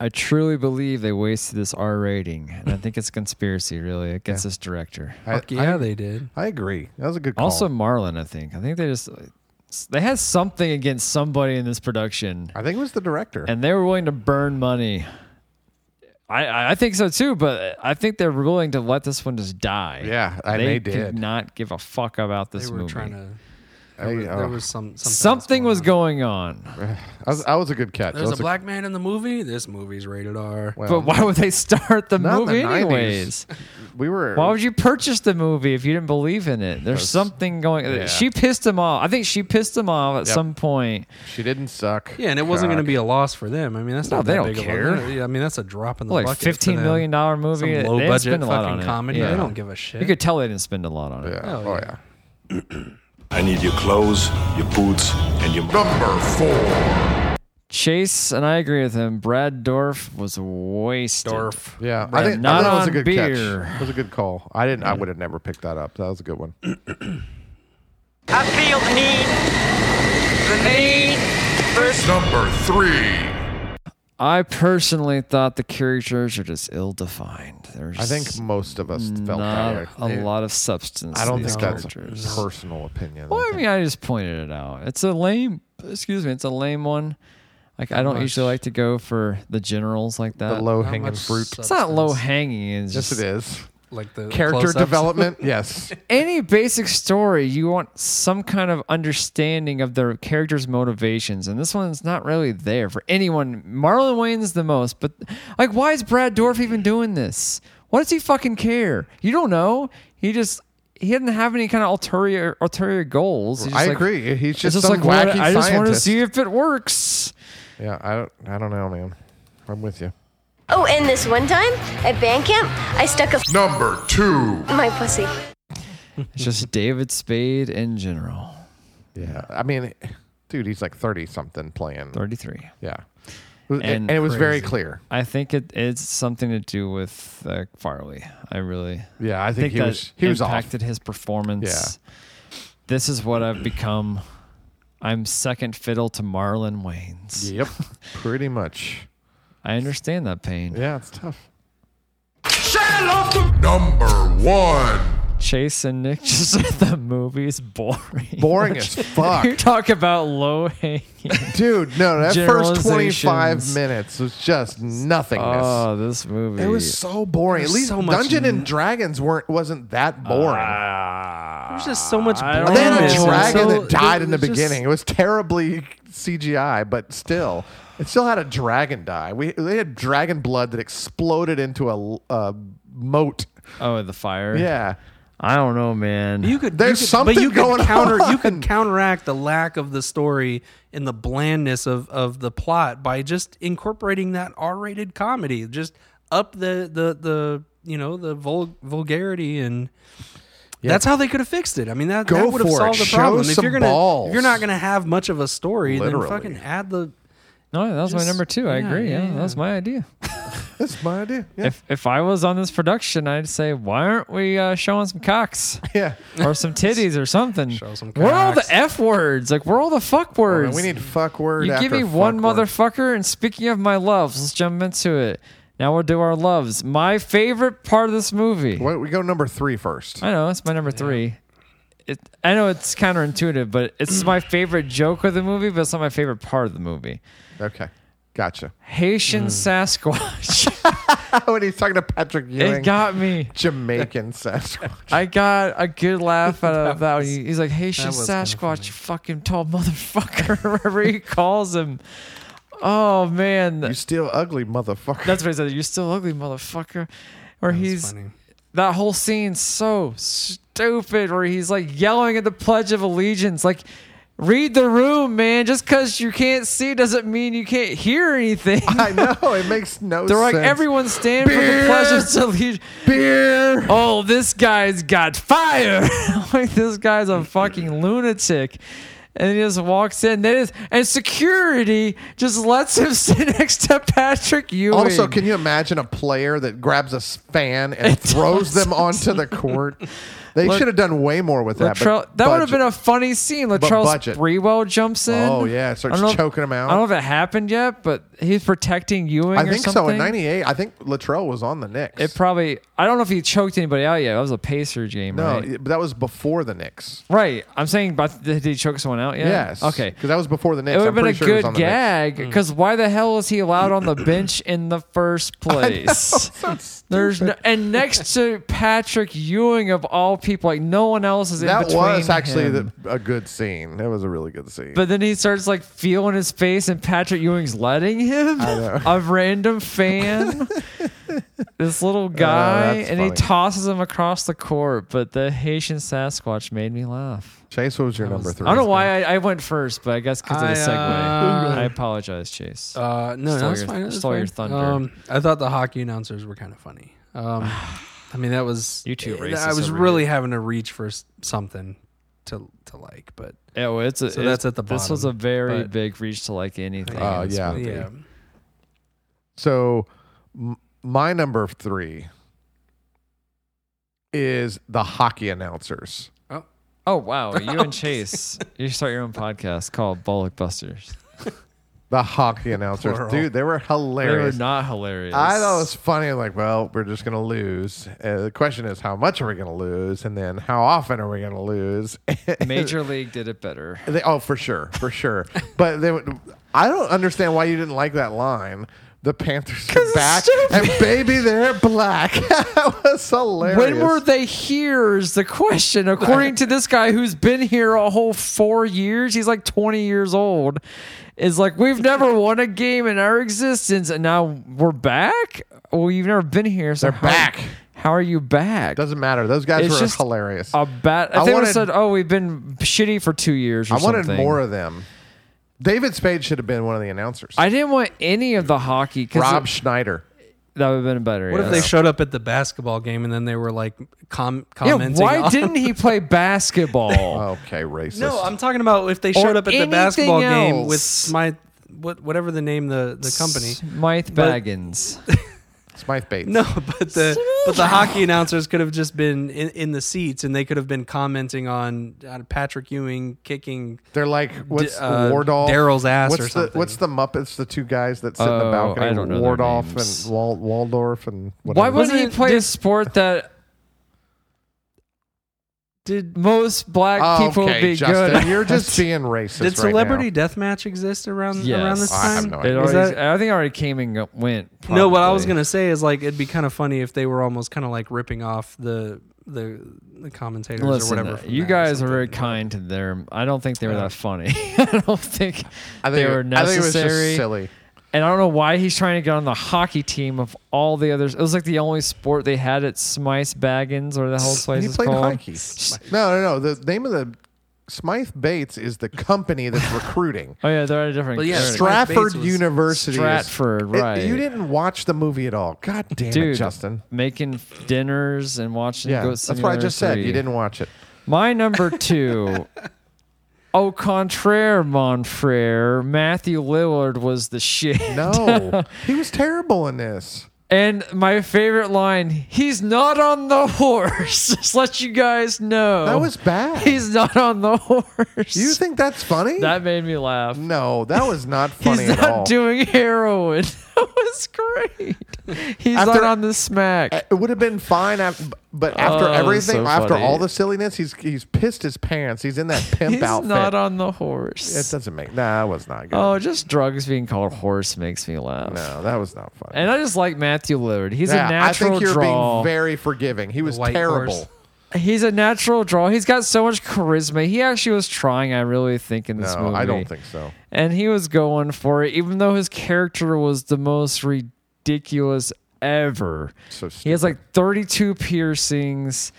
I truly believe they wasted this R rating, and I think it's a conspiracy really against this director.
Fuck
I,
yeah, they did.
I, I agree. That was a good call.
Also Marlon, I think. I think they just they had something against somebody in this production,
I think it was the director.
and they were willing to burn money. I- I I think so too, but I think they're willing to let this one just die.
Yeah, and they did.
Could not give a fuck about this
They were
movie.
trying to.
Hey,
There
oh,
was some something.
Something was going on,
that, was, that was a good catch.
There's a
That was
black man in the movie. This movie's rated R.
well,
but why would they start the
Not in the
movie
90s.
anyways?
we were.
Why would you purchase the movie if you didn't believe in it? There's something going. She pissed him off. I think she pissed him off at
Yep.
some point.
She didn't suck.
Yeah, and it wasn't going to
Cock.
be a loss for them. I mean, that's
No,
not
they
that
don't
big Of
care.
a, yeah, I mean, that's a drop in the
Like
bucket. for
fifteen
them.
million dollar movie. They
Some low
didn't
budget
spend a lot on
fucking
it.
comedy.
Yeah.
They don't give a
You
shit.
could tell they didn't spend a lot on it.
Yeah.
Hell
oh
yeah.
yeah.
I need your clothes, your boots, and your
Number four.
Chase and I agree with him. Brad Dorf was wasted. Dorf.
Yeah.
Right.
I think
Not
I thought that was a
on
good
beer.
catch. That was a good call. I didn't. I would have never picked that up. That was a good one.
I feel the need, the need for
Number three.
I personally thought the characters are just ill defined. There's
I think most of us felt
not
that.
a
way.
lot of substance.
I don't
to
think
these
that's
characters.
a personal opinion.
Well, I
think-
mean, I just pointed it out. It's a lame. Excuse me. It's a lame one. Like I don't usually like to go for the generals like
the
that.
low
Not
hanging
much
fruit.
substance.
it's not low hanging. It's
Yes,
just
it is.
Like the
Character
close-ups.
development. Yes.
any basic story. You want some kind of understanding of the character's motivations, and this one's not really there for anyone. Marlon Wayne's the most, but like, why is Brad Dorf even doing this? What does he fucking care? You don't know. He just. He didn't have any kind of ulterior ulterior goals. He's just
I
like,
agree. He's
It's
just,
just
some
like what-
wacky
I just want to
scientist.
see if it works.
Yeah, I don't. I don't know, man. I'm with you.
Oh, and this one time at band camp, I stuck a f-
Number two.
my pussy.
It's just David Spade in general.
Yeah, I mean, dude, he's like thirty something playing.
Thirty-three.
Yeah, It was- and,
And
and it was very
crazy.
clear.
I think it it's something to do with uh, Farley. I really
Yeah, I
think
think, he
that
was he was off.
impacted his performance. This is what I've become. I'm second fiddle to Marlon Wayans.
Yep, pretty much.
I understand that pain.
Yeah, it's tough.
Number one.
Chase and Nick just said the movie's boring.
Boring as fuck.
you talk about low hanging.
Dude, no, that first 25 minutes was just nothingness.
Oh, this movie.
it was so boring. Uh, At
There's
least
so much
Dungeon
n-
and Dragons weren't wasn't that boring.
There's just so much.
I don't
they had a
blandness and
dragon
so-
that died in the
it was just-
beginning. It was terribly CGI, but still, it still had a dragon die. We they had dragon blood that exploded into a uh, moat.
Oh, the fire.
Yeah,
I don't know, man.
You could
There's
you could,
something
but you could
going
counter you
on.
could counteract the lack of the story and the blandness of of the plot by just incorporating that R-rated comedy. Just up the the the you know the vul, vulgarity and that's how they could have fixed it. I mean that,
Go
that would have
for it.
solved the
Show
problem. if
some
you're gonna
balls.
if you're not gonna have much of a story,
Literally.
then fucking add the
no, that was my
Just-
number two. I
yeah,
agree. Yeah,
yeah,
that was my idea.
that's my idea. Yeah,
If if I was on this production, I'd say, why aren't we uh, showing some cocks
yeah.
or some titties or something?
Show some
Where are all the
cocks.
f words? Like, where are all the fuck
Hold
words?
on, Oh, we need fuck word.
You give
after
me one
fuck word.
motherfucker, and speaking of my loves, let's jump into it. Now we'll do our loves. My favorite part of this movie.
Wait, we go number three first.
I know it's my number three. It, I know it's counterintuitive, but it's my favorite joke of the movie, but it's not my favorite part of the movie.
Okay, gotcha.
Haitian Sasquatch.
when he's talking to Patrick Ewing,
it got me.
Jamaican Sasquatch.
I got a good laugh out of that. one. He's like, Haitian
was kinda
Sasquatch, you fucking tall motherfucker, whatever he calls him. Oh, man.
You still ugly motherfucker.
That's what he said. You're still ugly, motherfucker. Where he's
funny.
that whole scene's so stupid. Where he's like yelling at the Pledge of Allegiance, like. Read the room, man. Just because you can't see doesn't mean you can't hear anything.
I know it makes no
They're
sense.
like, everyone stand for the
Beer.
Pledge of Allegiance.
beer.
Oh, this guy's got fire. like, this guy's a fucking lunatic. And he just walks in. That is, and security just lets him sit next to Patrick Ewing.
Also, can you imagine a player that grabs a s- fan and
It
throws
does.
them onto the court? They
Look-
should have done way more with that. but
Latrell, that would have
budget-
been a funny scene. Latrell
budget.
Sprewell jumps in.
Oh, yeah, starts
I don't know if-
choking him out.
I don't know if it happened yet, but he's protecting Ewing.
I
or
think so. In
something.
'98, I think Latrell was on the Knicks.
it probably. I don't know if he choked anybody out yet. That was a Pacer game,
no,
right?
it- but that was before the Knicks.
right. I'm saying, but did he choke someone out yet?
Yes.
Okay.
Because that was before the Knicks.
It would
I'm
have been a
pretty sure it was
good
on the Hmm.
gag
Knicks.
because why the hell is he allowed on the bench in the first place? There's no, and next to Patrick Ewing of all people, like no one else is in
That
between
was actually
him.
the, a good scene. That was a really good scene.
But then he starts like feeling his face, and Patrick Ewing's letting him a random fan, this little guy,
that's
and he
funny.
tosses him across the court. But the Haitian Sasquatch made me laugh.
Chase, what was your number three?
I don't know why I, I went first, but I guess because of the
I,
segue.
uh,
I apologize, Chase.
Uh, no,
Stole
no, that's
your-
fine. That's
stole your
fine.
thunder.
Um, I thought the hockey announcers were kind of funny. Um, I mean, that was
You two
eh, I
racists
was
over
really having to reach for s- something to to like, but
Yeah, well, it's a,
So
it's-
that's at the
This was a
bottom,
very
but-
big reach to like anything.
Uh,
in this
yeah.
movie.
yeah,
So, m- my number three is the hockey announcers.
Oh wow, you and Chase, you start your own podcast called Bollock Busters.
The hockey announcers,
Plural.
dude, they
They were
were hilarious.
not hilarious.
I thought it was funny. Like, well, we're just gonna lose. Uh, the question is, how much are we gonna lose, and then how often are we gonna lose?
Major League did it better.
They, oh, for sure, for sure. but they, would- I don't understand why you didn't like that line. The Panthers are back, and baby, they're black. that was hilarious.
When were they here is the question. According to this guy who's been here a whole four years, he's like 20 years old, is like, we've never won a game in our existence, and now we're back? Well, you've never been here, so how,
back.
How are you back?
Doesn't matter. Those guys
It's
were
just
hilarious.
a bat.
I
If they would
wanted-
have said, "Oh, we've been shitty for two years," or
I wanted
something.
more of them. David Spade should have been one of the announcers.
I didn't want any of the hockey
Rob
because
Schneider.
that would have been better.
What if they
yes.
showed up at the basketball game and then they were like com-
Yeah,
commenting?
why
on-
didn't he play basketball?
Okay, racist.
No, I'm talking about if they showed up at the
anything
basketball game with
else.
my what whatever the name the the company.
Smythe
But-
Baggins.
Smythe Bates.
No, but the but the hockey announcers could have just been in, in the seats and they could have been commenting on, on Patrick Ewing kicking.
They're like, what's
uh,
Wardolph?
Daryl's ass
what's
or
the,
something.
What's the Muppets? The two guys that sit in
Oh,
the balcony.
I don't know their
Wardolph
names.
and Wal- Waldorf and
Why
whatever.
wouldn't he
Wasn't it
play a
just-
sport that Did most black
Oh,
people
okay,
be
Justin,
good?
you're just being racist.
Did
right
Celebrity
now.
Deathmatch exist around
Yes.
around this
I have
time?
no
It
idea.
Is
always,
that-
I think it already came and go- went.
No, what I was
probably.
gonna say is like it'd be kind of funny if they were almost kind of like ripping off the the the commentators
Listen,
or whatever.
uh,
from
you
that or
guys are
something.
very kind to them. I don't think they were that funny. I don't think,
I
they
think it-
were
I think it was
necessary.
just silly.
And I don't know why he's trying to get on the hockey team of all the others. It was like the only sport they had at Smice Baggins or the whole place
He
is
played
called.
hockey. No, no, no. The name of the Smythe Bates is the company that's recruiting.
Oh yeah, they're at a different.
But yeah,
they're at a-
Stra- Smythe Bates
Stratford
was-
University. is-
Stratford,
It-
right.
you didn't watch the movie at all. God damn
dude,
it, Justin.
making dinners and watching.
Yeah,
Goat
that's what I
Simulator
just said.
3.
You didn't watch it.
My number two. Au contraire, mon frere. Matthew Lillard was the shit.
No, he was terrible in this.
And my favorite line, he's not on the horse. Just let you guys know.
That was bad.
Oh. He's not on the horse.
You think that's funny?
that made me laugh.
no, that was not funny
he's
at all.
not doing heroin. That was great. He's
After-
not on the smack.
it would have been fine, after, but after
Oh,
everything,
so
after
funny.
all the silliness, he's he's pissed his pants. He's in that pimp
he's
outfit.
not on the horse.
it doesn't make. Nah, that was not good.
oh, just drugs being called horse makes me laugh.
no, that was not funny.
And I just like Matthew Lillard. He's
Yeah,
a natural
I think you're
draw.
being very forgiving. He was
white
terrible.
horse.
He's a natural draw. He's got so much charisma. He actually was trying, I really think, in
No,
this movie.
I don't think so.
and he was going for it, even though his character was the most ridiculous ever.
So
he has like 32 piercings,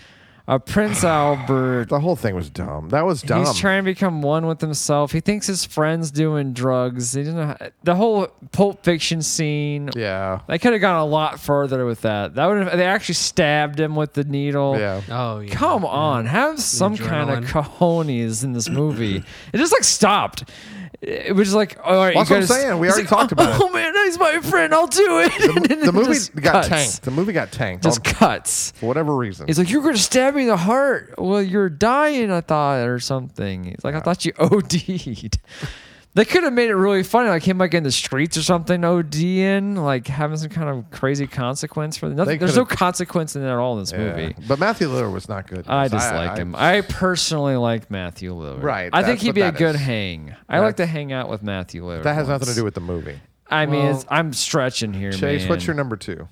a Prince Albert.
The whole thing was dumb. That was dumb.
He's trying to become one with himself. He thinks his friend's doing drugs. He didn't know how- the whole Pulp Fiction scene.
yeah.
They could have gone a lot further with that. That would have, they actually stabbed him with the needle.
Yeah.
Oh yeah.
Come on, have some kind of
adrenaline.
cojones in this movie. it just like stopped. It was just like, oh, all right,
That's
you
what I'm
guys,
saying. We
it's
already
like,
talked about
oh, Oh man, he's my friend. I'll do it. And then
The
it
movie
just
got
cuts.
tanked. The movie got tanked
Just
on-
cuts.
for whatever reason.
He's like, you're gonna stab me in the heart. Well, you're dying. I thought, or something. He's like, I thought you OD'd. They could have made it really funny, like him like in the streets or something, ODing, like having some kind of crazy consequence for
They
nothing. There's no
could've-
consequence in there at all in this
Yeah.
movie.
But Matthew Lillard was not good.
I dislike him. I personally like Matthew Lillard.
Right,
I think
that's
he'd
what
be a
that
good
is.
hang. I like to hang out with Matthew Lillard.
that has
once.
nothing to do with the movie.
I mean,
Well-
it's, I'm stretching here,
Chase,
man.
what's your number two?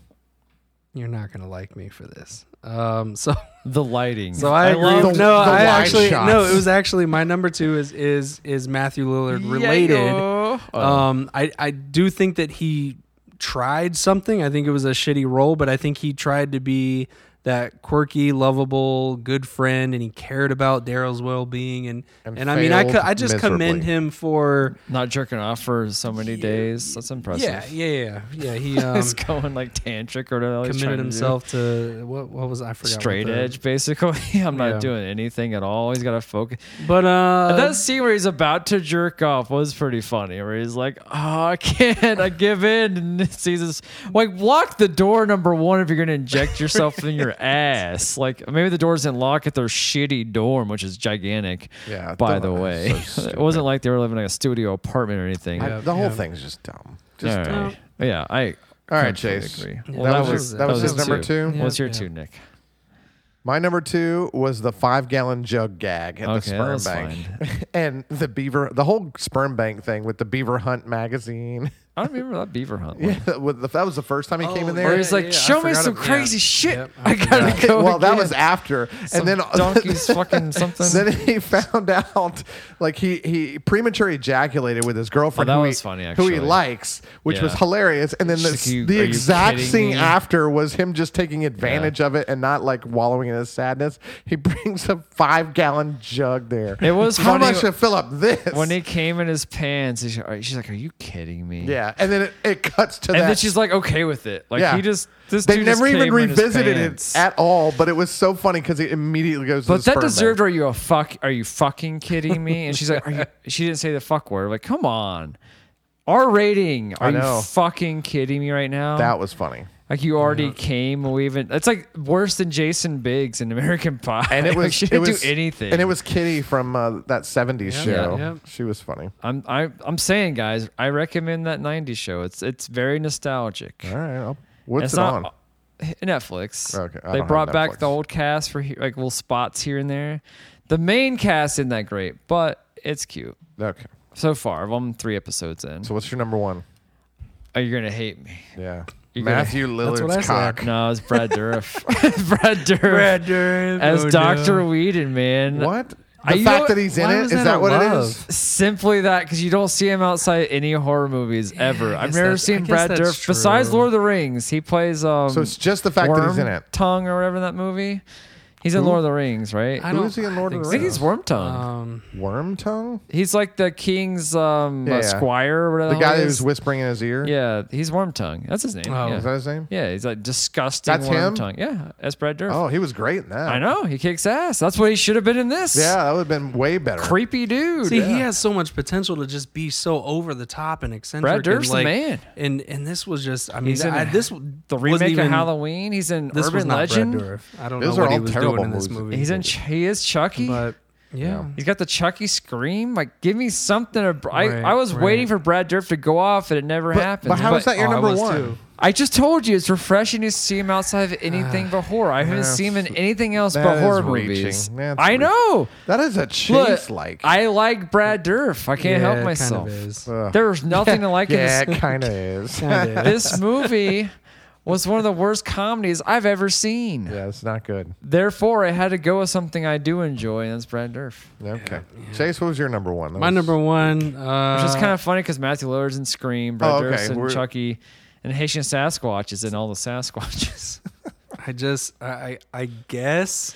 You're not gonna like me for this. Um. So.
The lighting.
So I, agree.
love
no,
the
I
wide
actually
shots.
no. It was actually my number two is is is Matthew Lillard related.
Yayo.
Um, I I do think that he tried something. I think it was a shitty role, but I think he tried to be that quirky, lovable, good friend, and he cared about Daryl's well being. And
And
and, I mean, I
failed
co- I just commend
miserably.
him for
Not jerking off for so many days. That's impressive.
yeah, yeah, yeah, yeah. He um,
He's going like tantric or whatever. he's trying to do.
committed himself to, what what was I forgot what
Straight
the-
edge, basically. I'm not
Yeah.
doing anything at all. He's got to focus.
But uh,
that scene where he's about to jerk off was pretty funny. Where he's like, "Oh, I can't. I give in." And it sees this like lock the door number one if you're gonna inject yourself in your ass. Like maybe the doors didn't lock at their shitty dorm, which is gigantic.
Yeah,
By
that
the
was
way,
so
it wasn't like they were living in a studio apartment or anything.
I-
All
the whole thing's just dumb. Just
right.
dumb.
Yeah, I.
All right,
completely
Chase.
agree.
That
Well,
was your- that was
your
his number two?
What's your
Yeah.
two, Nick?
My number two was the five gallon jug gag at the
Okay,
sperm
that's
bank, and the beaver, the whole sperm bank thing with the beaver hunt magazine.
I don't remember that beaver hunt. One.
Yeah, with the, that was the first time he came in there.
Where he's like,
yeah, I
"Show me
forgot
some
ab-
crazy
yeah.
shit.
Yep, I
I gotta
forgot.
go."
well, that
again."
was after,
Some
and then
donkey's fucking something.
Then he found out, like he he premature ejaculated with his girlfriend,
Oh, that
who,
was
he,
funny,
who he
actually.
likes, which was
Yeah.
hilarious. And then
She's
the,
like, "You-
the
are you
exact
kidding
scene
me?"
after was him just taking advantage of it and not like wallowing in his sadness. He brings a five gallon jug there.
It was
how
funny
much to fill up this.
when he came in his pants. he's- are- She's like, "Are you kidding me?"
yeah, and then it, it cuts to
and
that.
then she's like, "Okay with it." Like
Yeah.
he just this.
they
dude
never
just
even
came in his
revisited
pants.
it at all, but it was so funny because it immediately goes. to
But
the
that
sperm
deserved.
bank.
Are you a fuck? Are you fucking kidding me? And she's like, "Are you?" She didn't say the fuck word. Like, come on. R rating. Are
know.
you fucking kidding me right now?
That was funny.
Like you already came, we even. It's like worse than Jason Biggs in American Pie.
and it
Like,
was
she
it
didn't
was,
do anything.
And it was Kitty from uh, that '70s show.
yeah.
She was funny.
I'm I, I'm saying, guys, I recommend that '90s show. It's it's very nostalgic.
All right, I'll, what's
it's
it
not
on?
Netflix.
Okay, I
they
don't have
brought back
Netflix.
the old cast for he- like little spots here and there. The main cast isn't that great, but it's cute
Okay.
so far. I'm three episodes in.
So what's your number one?
Oh, you're gonna hate me.
Yeah.
You're gonna-
Matthew
That's what I
Lillard's
said.
cock.
No, it's Brad Dourif. Brad Dourif.
Brad Dourif.
As
Oh,
Doctor
no.
Whedon, man.
What? The
I- you know
fact
what-
that he's in
why
it
was
is
that
that,
a
what it
love?
is?
Simply that because you don't see him outside any horror movies ever. I've
guess
never
that's- I
seen
guess
Brad
that's
Dourif besides
true.
Lord of the Rings. He plays um.
So it's just the fact that he's in
Worm
it.
Tongue or whatever that movie. He's in Lord of the Rings, right?
I
Who
don't-
is he in Lord of the
I think he's
Rings?
Worm Tongue.
Um,
Worm tongue?
he's like the king's um
Yeah,
uh,
yeah.
squire or whatever.
The guy
that
who's whispering in his ear?
Yeah, he's Worm Tongue. That's his name.
Oh,
yeah.
Is that his name?
Yeah, he's like disgusting
That's
worm
him?
tongue. Yeah, that's Brad Dourif.
Oh, he was great in that.
I know he kicks ass. That's what he should have been in this.
Yeah, that would have been way better.
creepy dude.
See, he has so much potential to just be so over the top and eccentric.
Brad Dourif's
and
the
like,
man.
And and this was just, I mean,
He's in
I,
a-
this
the remake
wasn't even,
of Halloween. He's in
This was
Urban
not
Legend.
Brad Dourif. I don't
Those
know
are
what he
all
was
terrible
doing in this
movies.
movie.
He's in. Ch- He is Chucky.
but yeah,
He's got the Chucky scream. Like, give me something. To, br- I,
Right,
I was
right.
waiting for Brad Dourif to go off, and it never happened.
But how is that your
Oh, I
number
was
one?
too.
I just told you it's refreshing to see him outside of anything but horror. I haven't seen him in anything else
that
but
is
horror
reaching.
movies.
That's
I
reaching.
know.
That is a chase like.
I like Brad Dourif. I can't
yeah,
help myself.
Kind of is.
Ugh.
There's nothing to like
yeah,
in
it kind of is. yeah,
Kinda is.
this. This movie was one of the worst comedies I've ever seen.
it's not good.
Therefore, I had to go with something I do enjoy, and that's Brad Dourif.
Okay. Chase, what was your number one? That
My
was-
number one, uh,
Which is kind of funny because Matthew Lillard's in Scream, Brad
Oh, okay.
Dourif's in
We're-
Chucky, and Haitian Sasquatch is in all the Sasquatches.
I just, I, I I guess,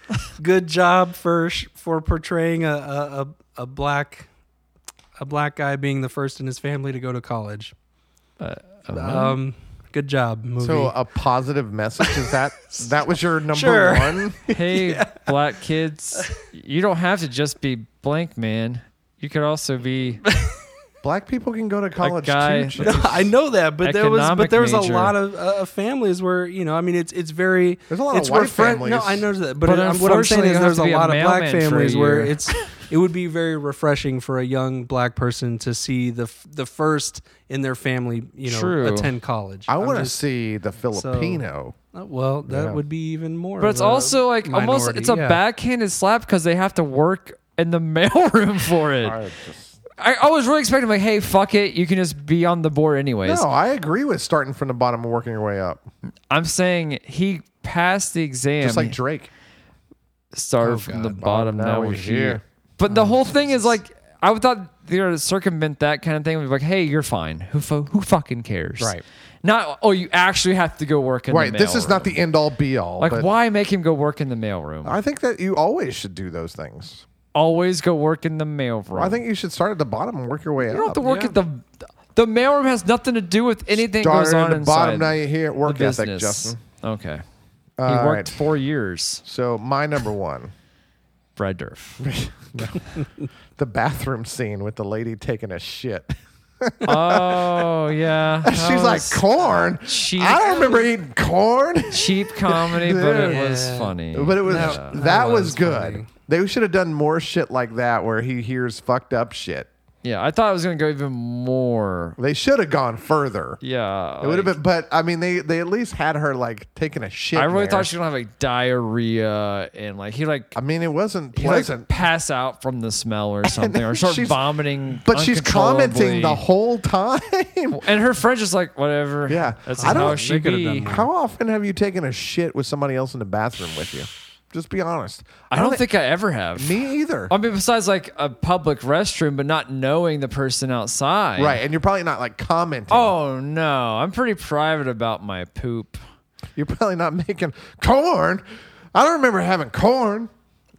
good job for sh- for portraying a a, a a black a black guy being the first in his family to go to college. um, good job, movie.
So a positive message is that that was your number
Sure.
one?
hey, black kids, you don't have to just be blank, man. You could also be
Black people can go to college
guy-
too. Chase.
No, I know that, but there was
Economic
but there was
major.
a lot of uh, families where you know, I mean, it's it's very
There's a lot of
it's
white
refre-
families.
No, I know that, but,
But
I'm- what I'm saying
unfortunately,
is
you
there's
have
a
to be a
lot of black
mailman for a
families where
year.
it's it would be very refreshing for a young black person to see the f- the first in their family, you know,
True.
attend college.
I
I'm
want to
just-
see the Filipino.
uh, Well, that
Yeah.
would be even more.
But
of
it's
a
also like almost
minority,
it's a
yeah.
backhanded slap because they have to work in the mailroom for it.
I just-
I, I was really expecting like, hey, fuck it, you can just be on the board anyways.
no, Oh, I agree with starting from the bottom and working your way up,
I'm saying he passed the exam.
just like Drake.
started from the bottom.
Oh, now
now
we're
we're
here. Oh,
here. But the whole thing is like, I thought they were to circumvent that kind of thing. It was like, hey, you're fine. Who fu- who fucking cares?
Right.
Not oh, you actually have to go work in
Right.
the
This is not
mailroom.
the end all be all.
like
but
why make him go work in the mailroom?
I think that you always should do those things.
Always go work in the mailroom.
I think you should start at the bottom and work your way
you
up.
don't have to work at the the mailroom has nothing to do with anything that
Started
goes on
at the bottom.
inside
Now you hear work
the
ethic,
business.
Justin.
Okay. He
All
worked
right.
four years,
So my number one,
Brad Dourif.
the bathroom scene with the lady taking a shit.
oh yeah, That
She's like
was
corn.
She-
I don't remember eating corn.
cheap comedy, but it
Yeah.
was funny.
But it was
That-
that,
that
was,
was
good.
funny.
They should have done more shit like that where he hears fucked up shit.
Yeah, I thought it was gonna go even more.
They should have gone further.
Yeah,
it would have been, but I mean, they they at least had her like taking a shit.
I really
there.
thought she was gonna have like diarrhea and like he like
I mean, it wasn't
he like
pleasant.
pass out from the smell or something or start
she's-
vomiting.
but she's commenting the
uncontrollably.
whole time.
and her friend's just like whatever.
Yeah.
that's
I
I how
don't-
she
they could've
be.
done more.
How often have you taken a shit with somebody else in the bathroom with you? Just be honest.
I don't think I ever have.
me either.
I mean, besides like a public restroom, but not knowing the person outside.
right, and you're probably not like commenting.
Oh no, I'm pretty private about my poop.
You're probably not making corn. I don't remember having corn.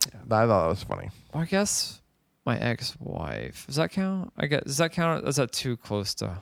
I thought that was funny.
Well, I guess my ex-wife. Does that count? I guess does that count? Is that too close to?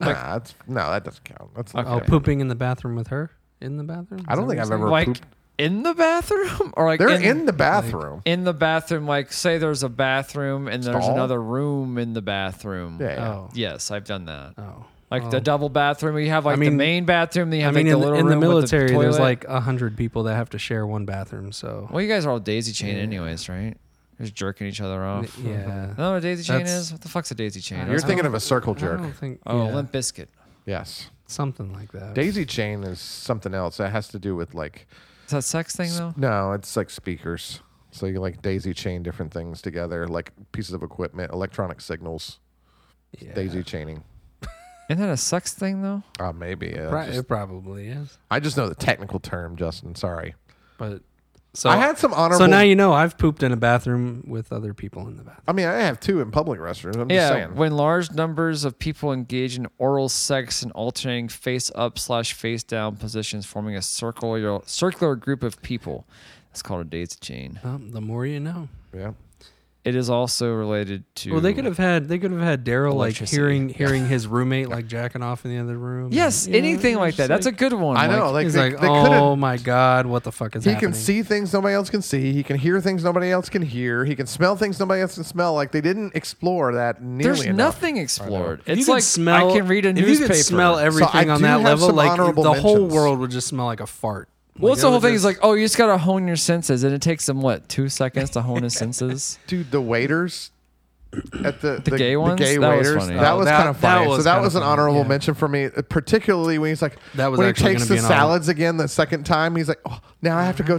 nah, that's, no, that doesn't count. That's not
oh
okay.
pooping in the bathroom with her in the bathroom. Is
I don't
that
think
what
I've
you're
ever
like
pooped.
in the bathroom or like
They're
in,
in, the bathroom.
in the bathroom like say there's a bathroom and there's
Stall?
another room in the bathroom
yeah. yeah.
Oh.
yes i've done that
saying? Oh.
like the double bathroom where you have like
I mean-
the main bathroom then you
I
have
mean,
like
in,
the
the-
little
in the
room with
military, there's
toilet.
like a hundred people that have to share one bathroom. So
well you guys are all daisy chain anyways right you're just jerking each other off
yeah, Oh,
I don't know what a daisy chain
That's-
is what the fuck's a daisy chain
You're
That's-
thinking of a circle
I
jerk.
don't think.
oh
yeah.
limp biscuit
Yes.
Something like that.
Daisy chain is something else. That has to do with like.
Is that sex thing though?
No, it's like speakers. So you like daisy chain different things together, like pieces of equipment, electronic signals. It's Daisy chaining.
Isn't that a sex thing though?
Uh, maybe. Yeah,
Pro-
just-
it probably is.
I just know the technical term, Justin. Sorry.
But so
I had some
So
honorable-
now you know I've pooped in a bathroom with other people in the bathroom.
I mean, I have two in public restrooms. I'm
yeah,
just saying.
when large numbers of people engage in oral sex in alternating face up slash face down positions, forming a circular circular group of people. That's called a daisy chain.
Um, the more you know.
Yeah.
It is also related to.
Well, they could have had they could have had Daryl like
Electricity.
hearing hearing his roommate like jacking off in the other room.
Yes,
You know,
anything
it's
like that.
just
That's a good one.
I know, like,
He's
they-
like,
they could've-
oh my god, what the fuck is
He
happening?
can see things nobody else can see. He can hear things nobody else can hear. He can smell things nobody else can smell. Like they didn't explore that nearly
there's
enough.
nothing explored.
If you
It's
could
like I can read a
if
newspaper.
You could smell everything
I
on
do
that
have
level.
some
Like the
honorable
whole
mentions.
world would just smell like a fart.
Well, it's the
it
whole
would
thing is
just-
like, oh, you just gotta hone your senses, and it takes them what two seconds to hone his senses.
Dude, the waiters at the the,
gay ones?
gay
That was
waiters,
funny.
that
Oh,
was
that-
kind of funny.
that was
so that
kinda
was an
funny,
honorable
yeah.
mention for me, uh, particularly when he's like,
That was
when he
actually
takes
gonna
the
be an honor-
salads again the second time. He's like, oh, now I have to go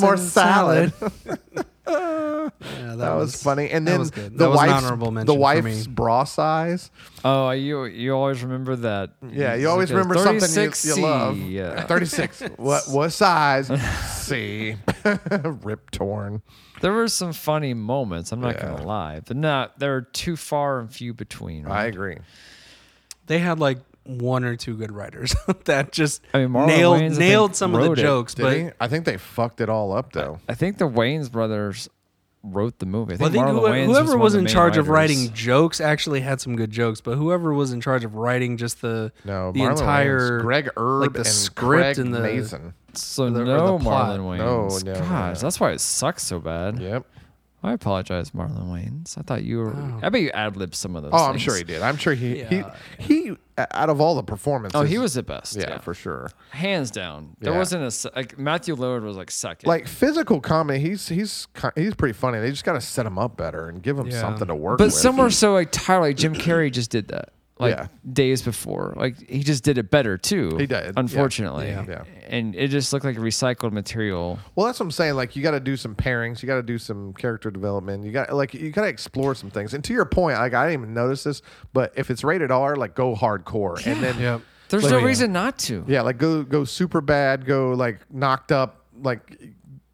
Toss
more
in the
salad.
Yeah,
that was funny. And
that
then
was
the
good. That was an
wife's
honorable
the
mention for
wife's
me.
bra size.
oh, you you always remember that.
Yeah, you always
like a
remember something
36C,
you, you love.
yeah.
Thirty six. what what size? C. Rip torn.
There were some funny moments. I'm not
Yeah.
gonna lie, but not they're too far and few between.
I
Right?
agree.
they had like one or two good writers that just
I mean, Marlon
nailed
Wayans, I
nailed
think,
some of the
wrote it,
jokes,
Did
but
he? I think they fucked it all up though.
I think the Wayne's brothers wrote the movie. I
Well, I
think,
think
Marlon
whoever,
Wayans
whoever
one of
was
the
in
main
charge of
writers.
writing jokes actually had some good jokes, but whoever was in charge of writing just the
No,
the
Marlon
entire
Wayans, Greg Erb,
like the
and
script
Craig
and the
Mason.
so
the- or
no
the plot.
Marlon
No,
Wayans.
no, no,
Gosh,
no.
that's why it sucks so bad.
Yep.
I apologize, Marlon Wayans. I thought you were. I bet you ad libbed some of those.
Oh, I'm
things.
sure he did. I'm sure he
Yeah.
he he. Out of all the performances,
Oh, he was the best.
Yeah, for sure.
hands down. There
Yeah.
wasn't a se- like Matthew Lillard was like second.
Like physical comedy, he's he's ki- he's pretty funny. They just got to set him up better and give him
Yeah.
something to work
but
with.
some are so like tired. Like Jim Carrey just did that. Like
Yeah.
days before, like he just did it better too.
He did, yeah.
unfortunately,
Yeah.
Yeah.
and it just looked like recycled material.
Well, that's what I'm saying. Like, you got to do some pairings. You got to do some character development. You got like you got to explore some things. And to your point, like I didn't even notice this, but if it's rated R, like go hardcore, and then
Yep.
There's
Like-
no
Oh, yeah.
reason not to.
yeah, like go go super bad, go like knocked up, like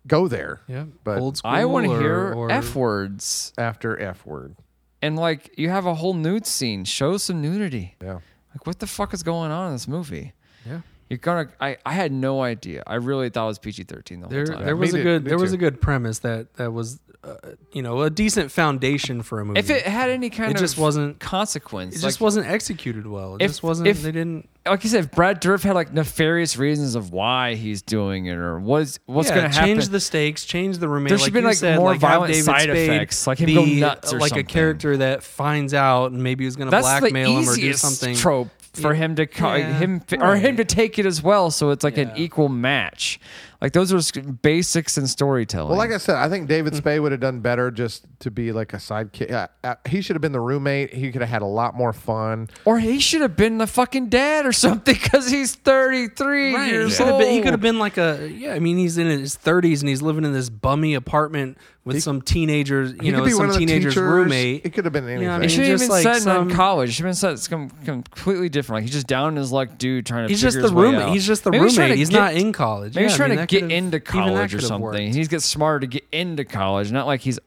go there.
yeah,
but
old school.
I want to
or-
hear
or-
f words
after F word,
and like you have a whole nude scene. Show some nudity.
yeah,
Like what the fuck is going on in this movie?
Yeah.
You're gonna. I, I had no idea. I really thought it was PG-13 the whole
There,
time.
there was
Me
a
too,
good
me
there was
too.
a good premise that that was uh, you know a decent foundation for a movie.
if it had any kind
It
of
just wasn't-
consequence,
It just
like,
wasn't executed well. It
if-
just wasn't.
if-
they didn't.
like you said, if Brad Dourif had like nefarious reasons of why he's doing it or what's what's
yeah,
going to happen.
Change the stakes. Change the roommate.
There should
like
be,
you
like,
said,
more
like have
violent
David
side
Spade
effects, like him
be,
go nuts or
like
something.
a character that finds out and maybe is going to
That's the
blackmail him or
easiest
do something.
trope for him to co-
Yeah,
him or him
right.
to take it as well. So it's like an
Yeah.
equal match. Like those are s- basics in storytelling.
Well, like I said, I think David
Mm.
Spade would have done better just to be like a sidekick. Uh, uh, he should have been the roommate. He could have had a lot more fun.
or he should have been the fucking dad or something because he's thirty three
Right. He,
years
could have
old.
been, he could have been like a yeah. I mean, he's in his thirties and he's living in this bummy apartment with some teenagers. You
he
know,
could be
some
one of the
teenager's
teachers.
roommate.
It could have been anything.
know what I
It
mean?
should have
just
been
like
set in
some-
college. It should have been set it's com- com- completely different. Like he's just down in his luck, dude, trying to.
He's just
figure his
the
way
roommate.
out.
He's just the
Maybe trying
roommate.
to
He's
get-
not in college.
Maybe he's
Yeah, I
trying
mean,
to
that
get
could've-
into
even that
college or
could've
something.
worked.
He's gets smarter to get into college, not like he's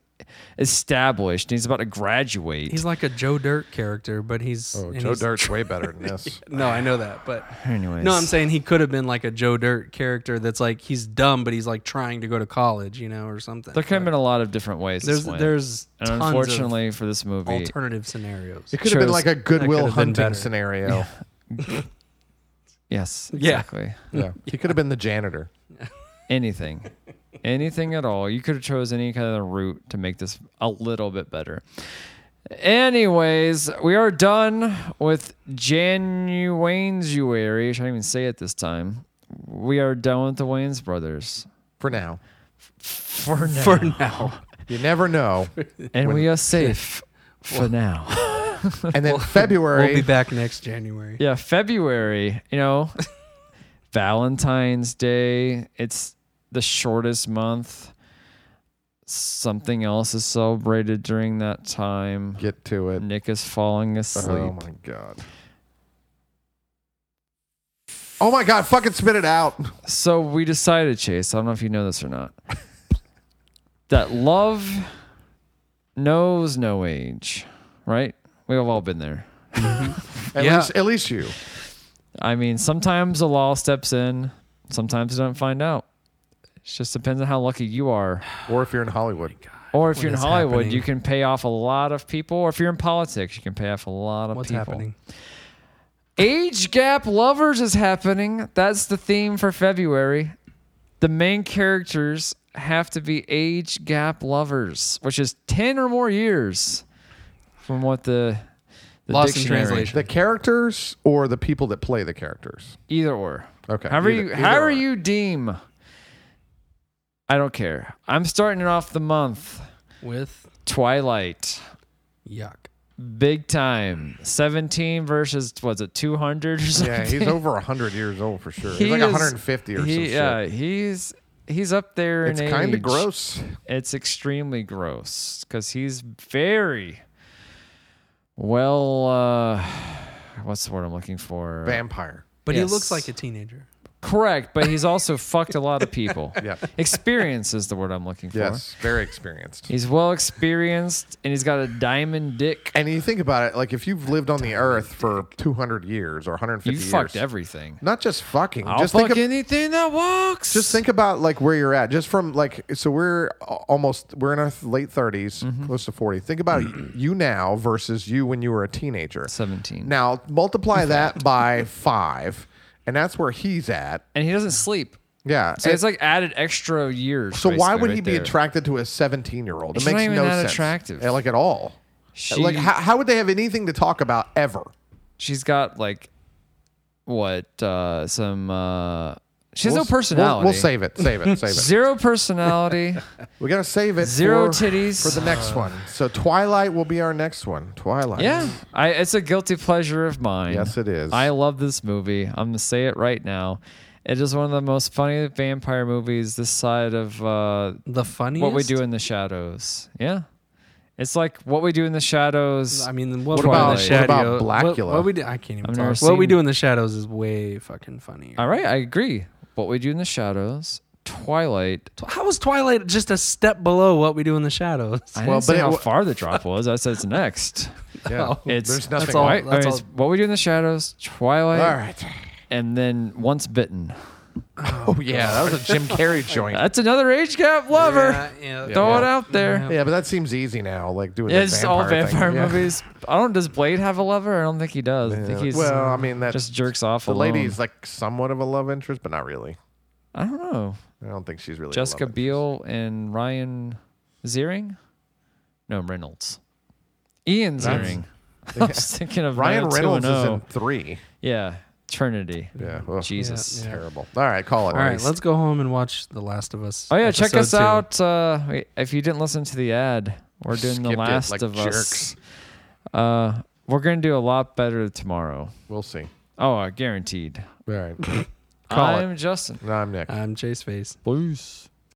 established. and He's about to graduate.
He's like a Joe Dirt character, but he's
Oh,
and
Joe
he's-
Dirt's way better than this.
No, I know that, but
Anyways.
no, I'm saying he could have been like a Joe Dirt character that's like he's dumb, but he's like trying to go to college, you know, or something.
there could have been a lot of different ways.
there's
this went.
there's
and
tons
unfortunately for this
of
movie,
alternative scenarios.
It could have been
Chose-
like a
could have
Goodwill
been
Hunting
better.
scenario.
yes,
Yeah.
exactly.
Yeah. He could have been the janitor.
Anything, anything at all. You could have chose any kind of route to make this a little bit better. Anyways, we are done with January. I should not even say it this time. We are done with the Wayans brothers.
For now.
For now.
for now.
You never know.
And we are safe for now.
and then February.
We'll be back next January.
Yeah, February, you know, Valentine's Day, it's the shortest month. Something else is celebrated during that time.
Get to it.
Nick is falling asleep.
Oh my god. Oh my god, fucking spit it out.
So we decided, Chase, I don't know if you know this or not, that love knows no age, right? We've all been there.
At
Yeah.
least at least you.
I mean, sometimes the law steps in, sometimes it doesn't find out. It just depends on how lucky you are.
Or if you're in Hollywood.
Or if you're in
is
Hollywood,
happening?
you can pay off a lot of people. Or if you're in politics, you can pay off a lot of
What's
people.
happening?
Age gap lovers is happening. That's the theme for February. The main characters have to be age gap lovers, which is 10 or more years from what the, the
Lost in
dictionary-
translation.
The characters or the people that play the characters?
Either or.
Okay.
However
Either-
you
either
however
or.
you deem. I don't care. I'm starting it off the month.
With
Twilight.
yuck.
Big time. 17 versus was it 200 or something?
Yeah, he's over 100 years old for sure. He's
He
like
is-
150 or
he-
some
Yeah,
shit.
he's he's up there
It's
in age.
kind of gross.
It's extremely gross cuz he's very well uh what's the word I'm looking for?
Vampire.
But
Yes.
he looks like a teenager.
Correct, but he's also fucked a lot of people.
Yeah.
Experience is the word I'm looking for.
Yes, very experienced.
He's well experienced and he's got a diamond dick.
And you think about it, like if you've lived on the earth for 200 years or 150
You
years,
fucked everything.
Not just fucking.
I'll
just
fuck
think of,
anything that walks.
just think about like where you're at just from like so we're a- almost we're in our th- late 30s close to 40 think about you now versus you when you were a teenager
17.
now multiply that by five and that's where he's at
and he doesn't sleep.
yeah
So
And-
it's like added extra years.
so why
basically,
would
right
he be
there.
attracted to a 17 year old it
She's
makes
not even
no
that
sense
attractive.
Yeah, like at all
She,
like how, how would they have anything to talk about ever
she's got like what? Uh, some. Uh, she has
We'll
no
s- we'll-
personality.
we'll, save it save it save it
Zero personality.
we gotta save it
Zero
for,
titties.
for the next one so twilight will be our next one twilight
yeah, I, it's a guilty pleasure of mine.
Yes, it is.
I love this movie. I'm gonna say it right now. It is one of the most funny vampire movies this side of uh,
The funniest.
what we do in the shadows. Yeah, it's like what we do in the shadows.
I mean, what,
What
about
about-
the
what about
shadow?
Blackula?
What, what we do? I can't even
I've never
talk. What we
seen-
do in the shadows is way fucking funnier.
All right, I agree. What we do in the shadows, Twilight.
How was Twilight just a step below what we do in the shadows?
I
Well,
didn't say
but it
how
wa-
far the drop was. I said it's next.
yeah.
It's
there's nothing
That's all,
right.
I mean,
That's
it's what we do in the shadows, Twilight,
All right.
and then Once Bitten.
Oh yeah, that was a Jim Carrey joint.
That's another age gap lover.
yeah,
Throw it out there.
yeah, but that seems easy now. Like doing the
It's all vampire
thing. Yeah.
movies. I don't. Does Blade have a lover? I don't think he does. I think he's
well, I mean that
just jerks off.
The
alone.
lady is like somewhat of a love interest, but not really.
I don't know.
I don't think she's really a
Jessica
love
Biel and Ryan Ziering? No, Reynolds. Ian Ziering. I was thinking of
interest. Ryan
90210.
Reynolds is in three.
oh, Yeah, Trinity.
Yeah, well,
Jesus.
terrible. All right, call it.
All right, let's go home and watch The Last of Us.
Oh yeah, check
episode
us
two.
out. Uh, wait, if you didn't listen to the ad, we're doing
Skipped
the
it
Last
like
of Us.
jerks.
Uh, we're gonna do a lot better tomorrow.
We'll see.
Oh, uh, guaranteed.
All right. Call it.
I'm Justin.
No, I'm Nick.
I'm Chase Face.
Peace.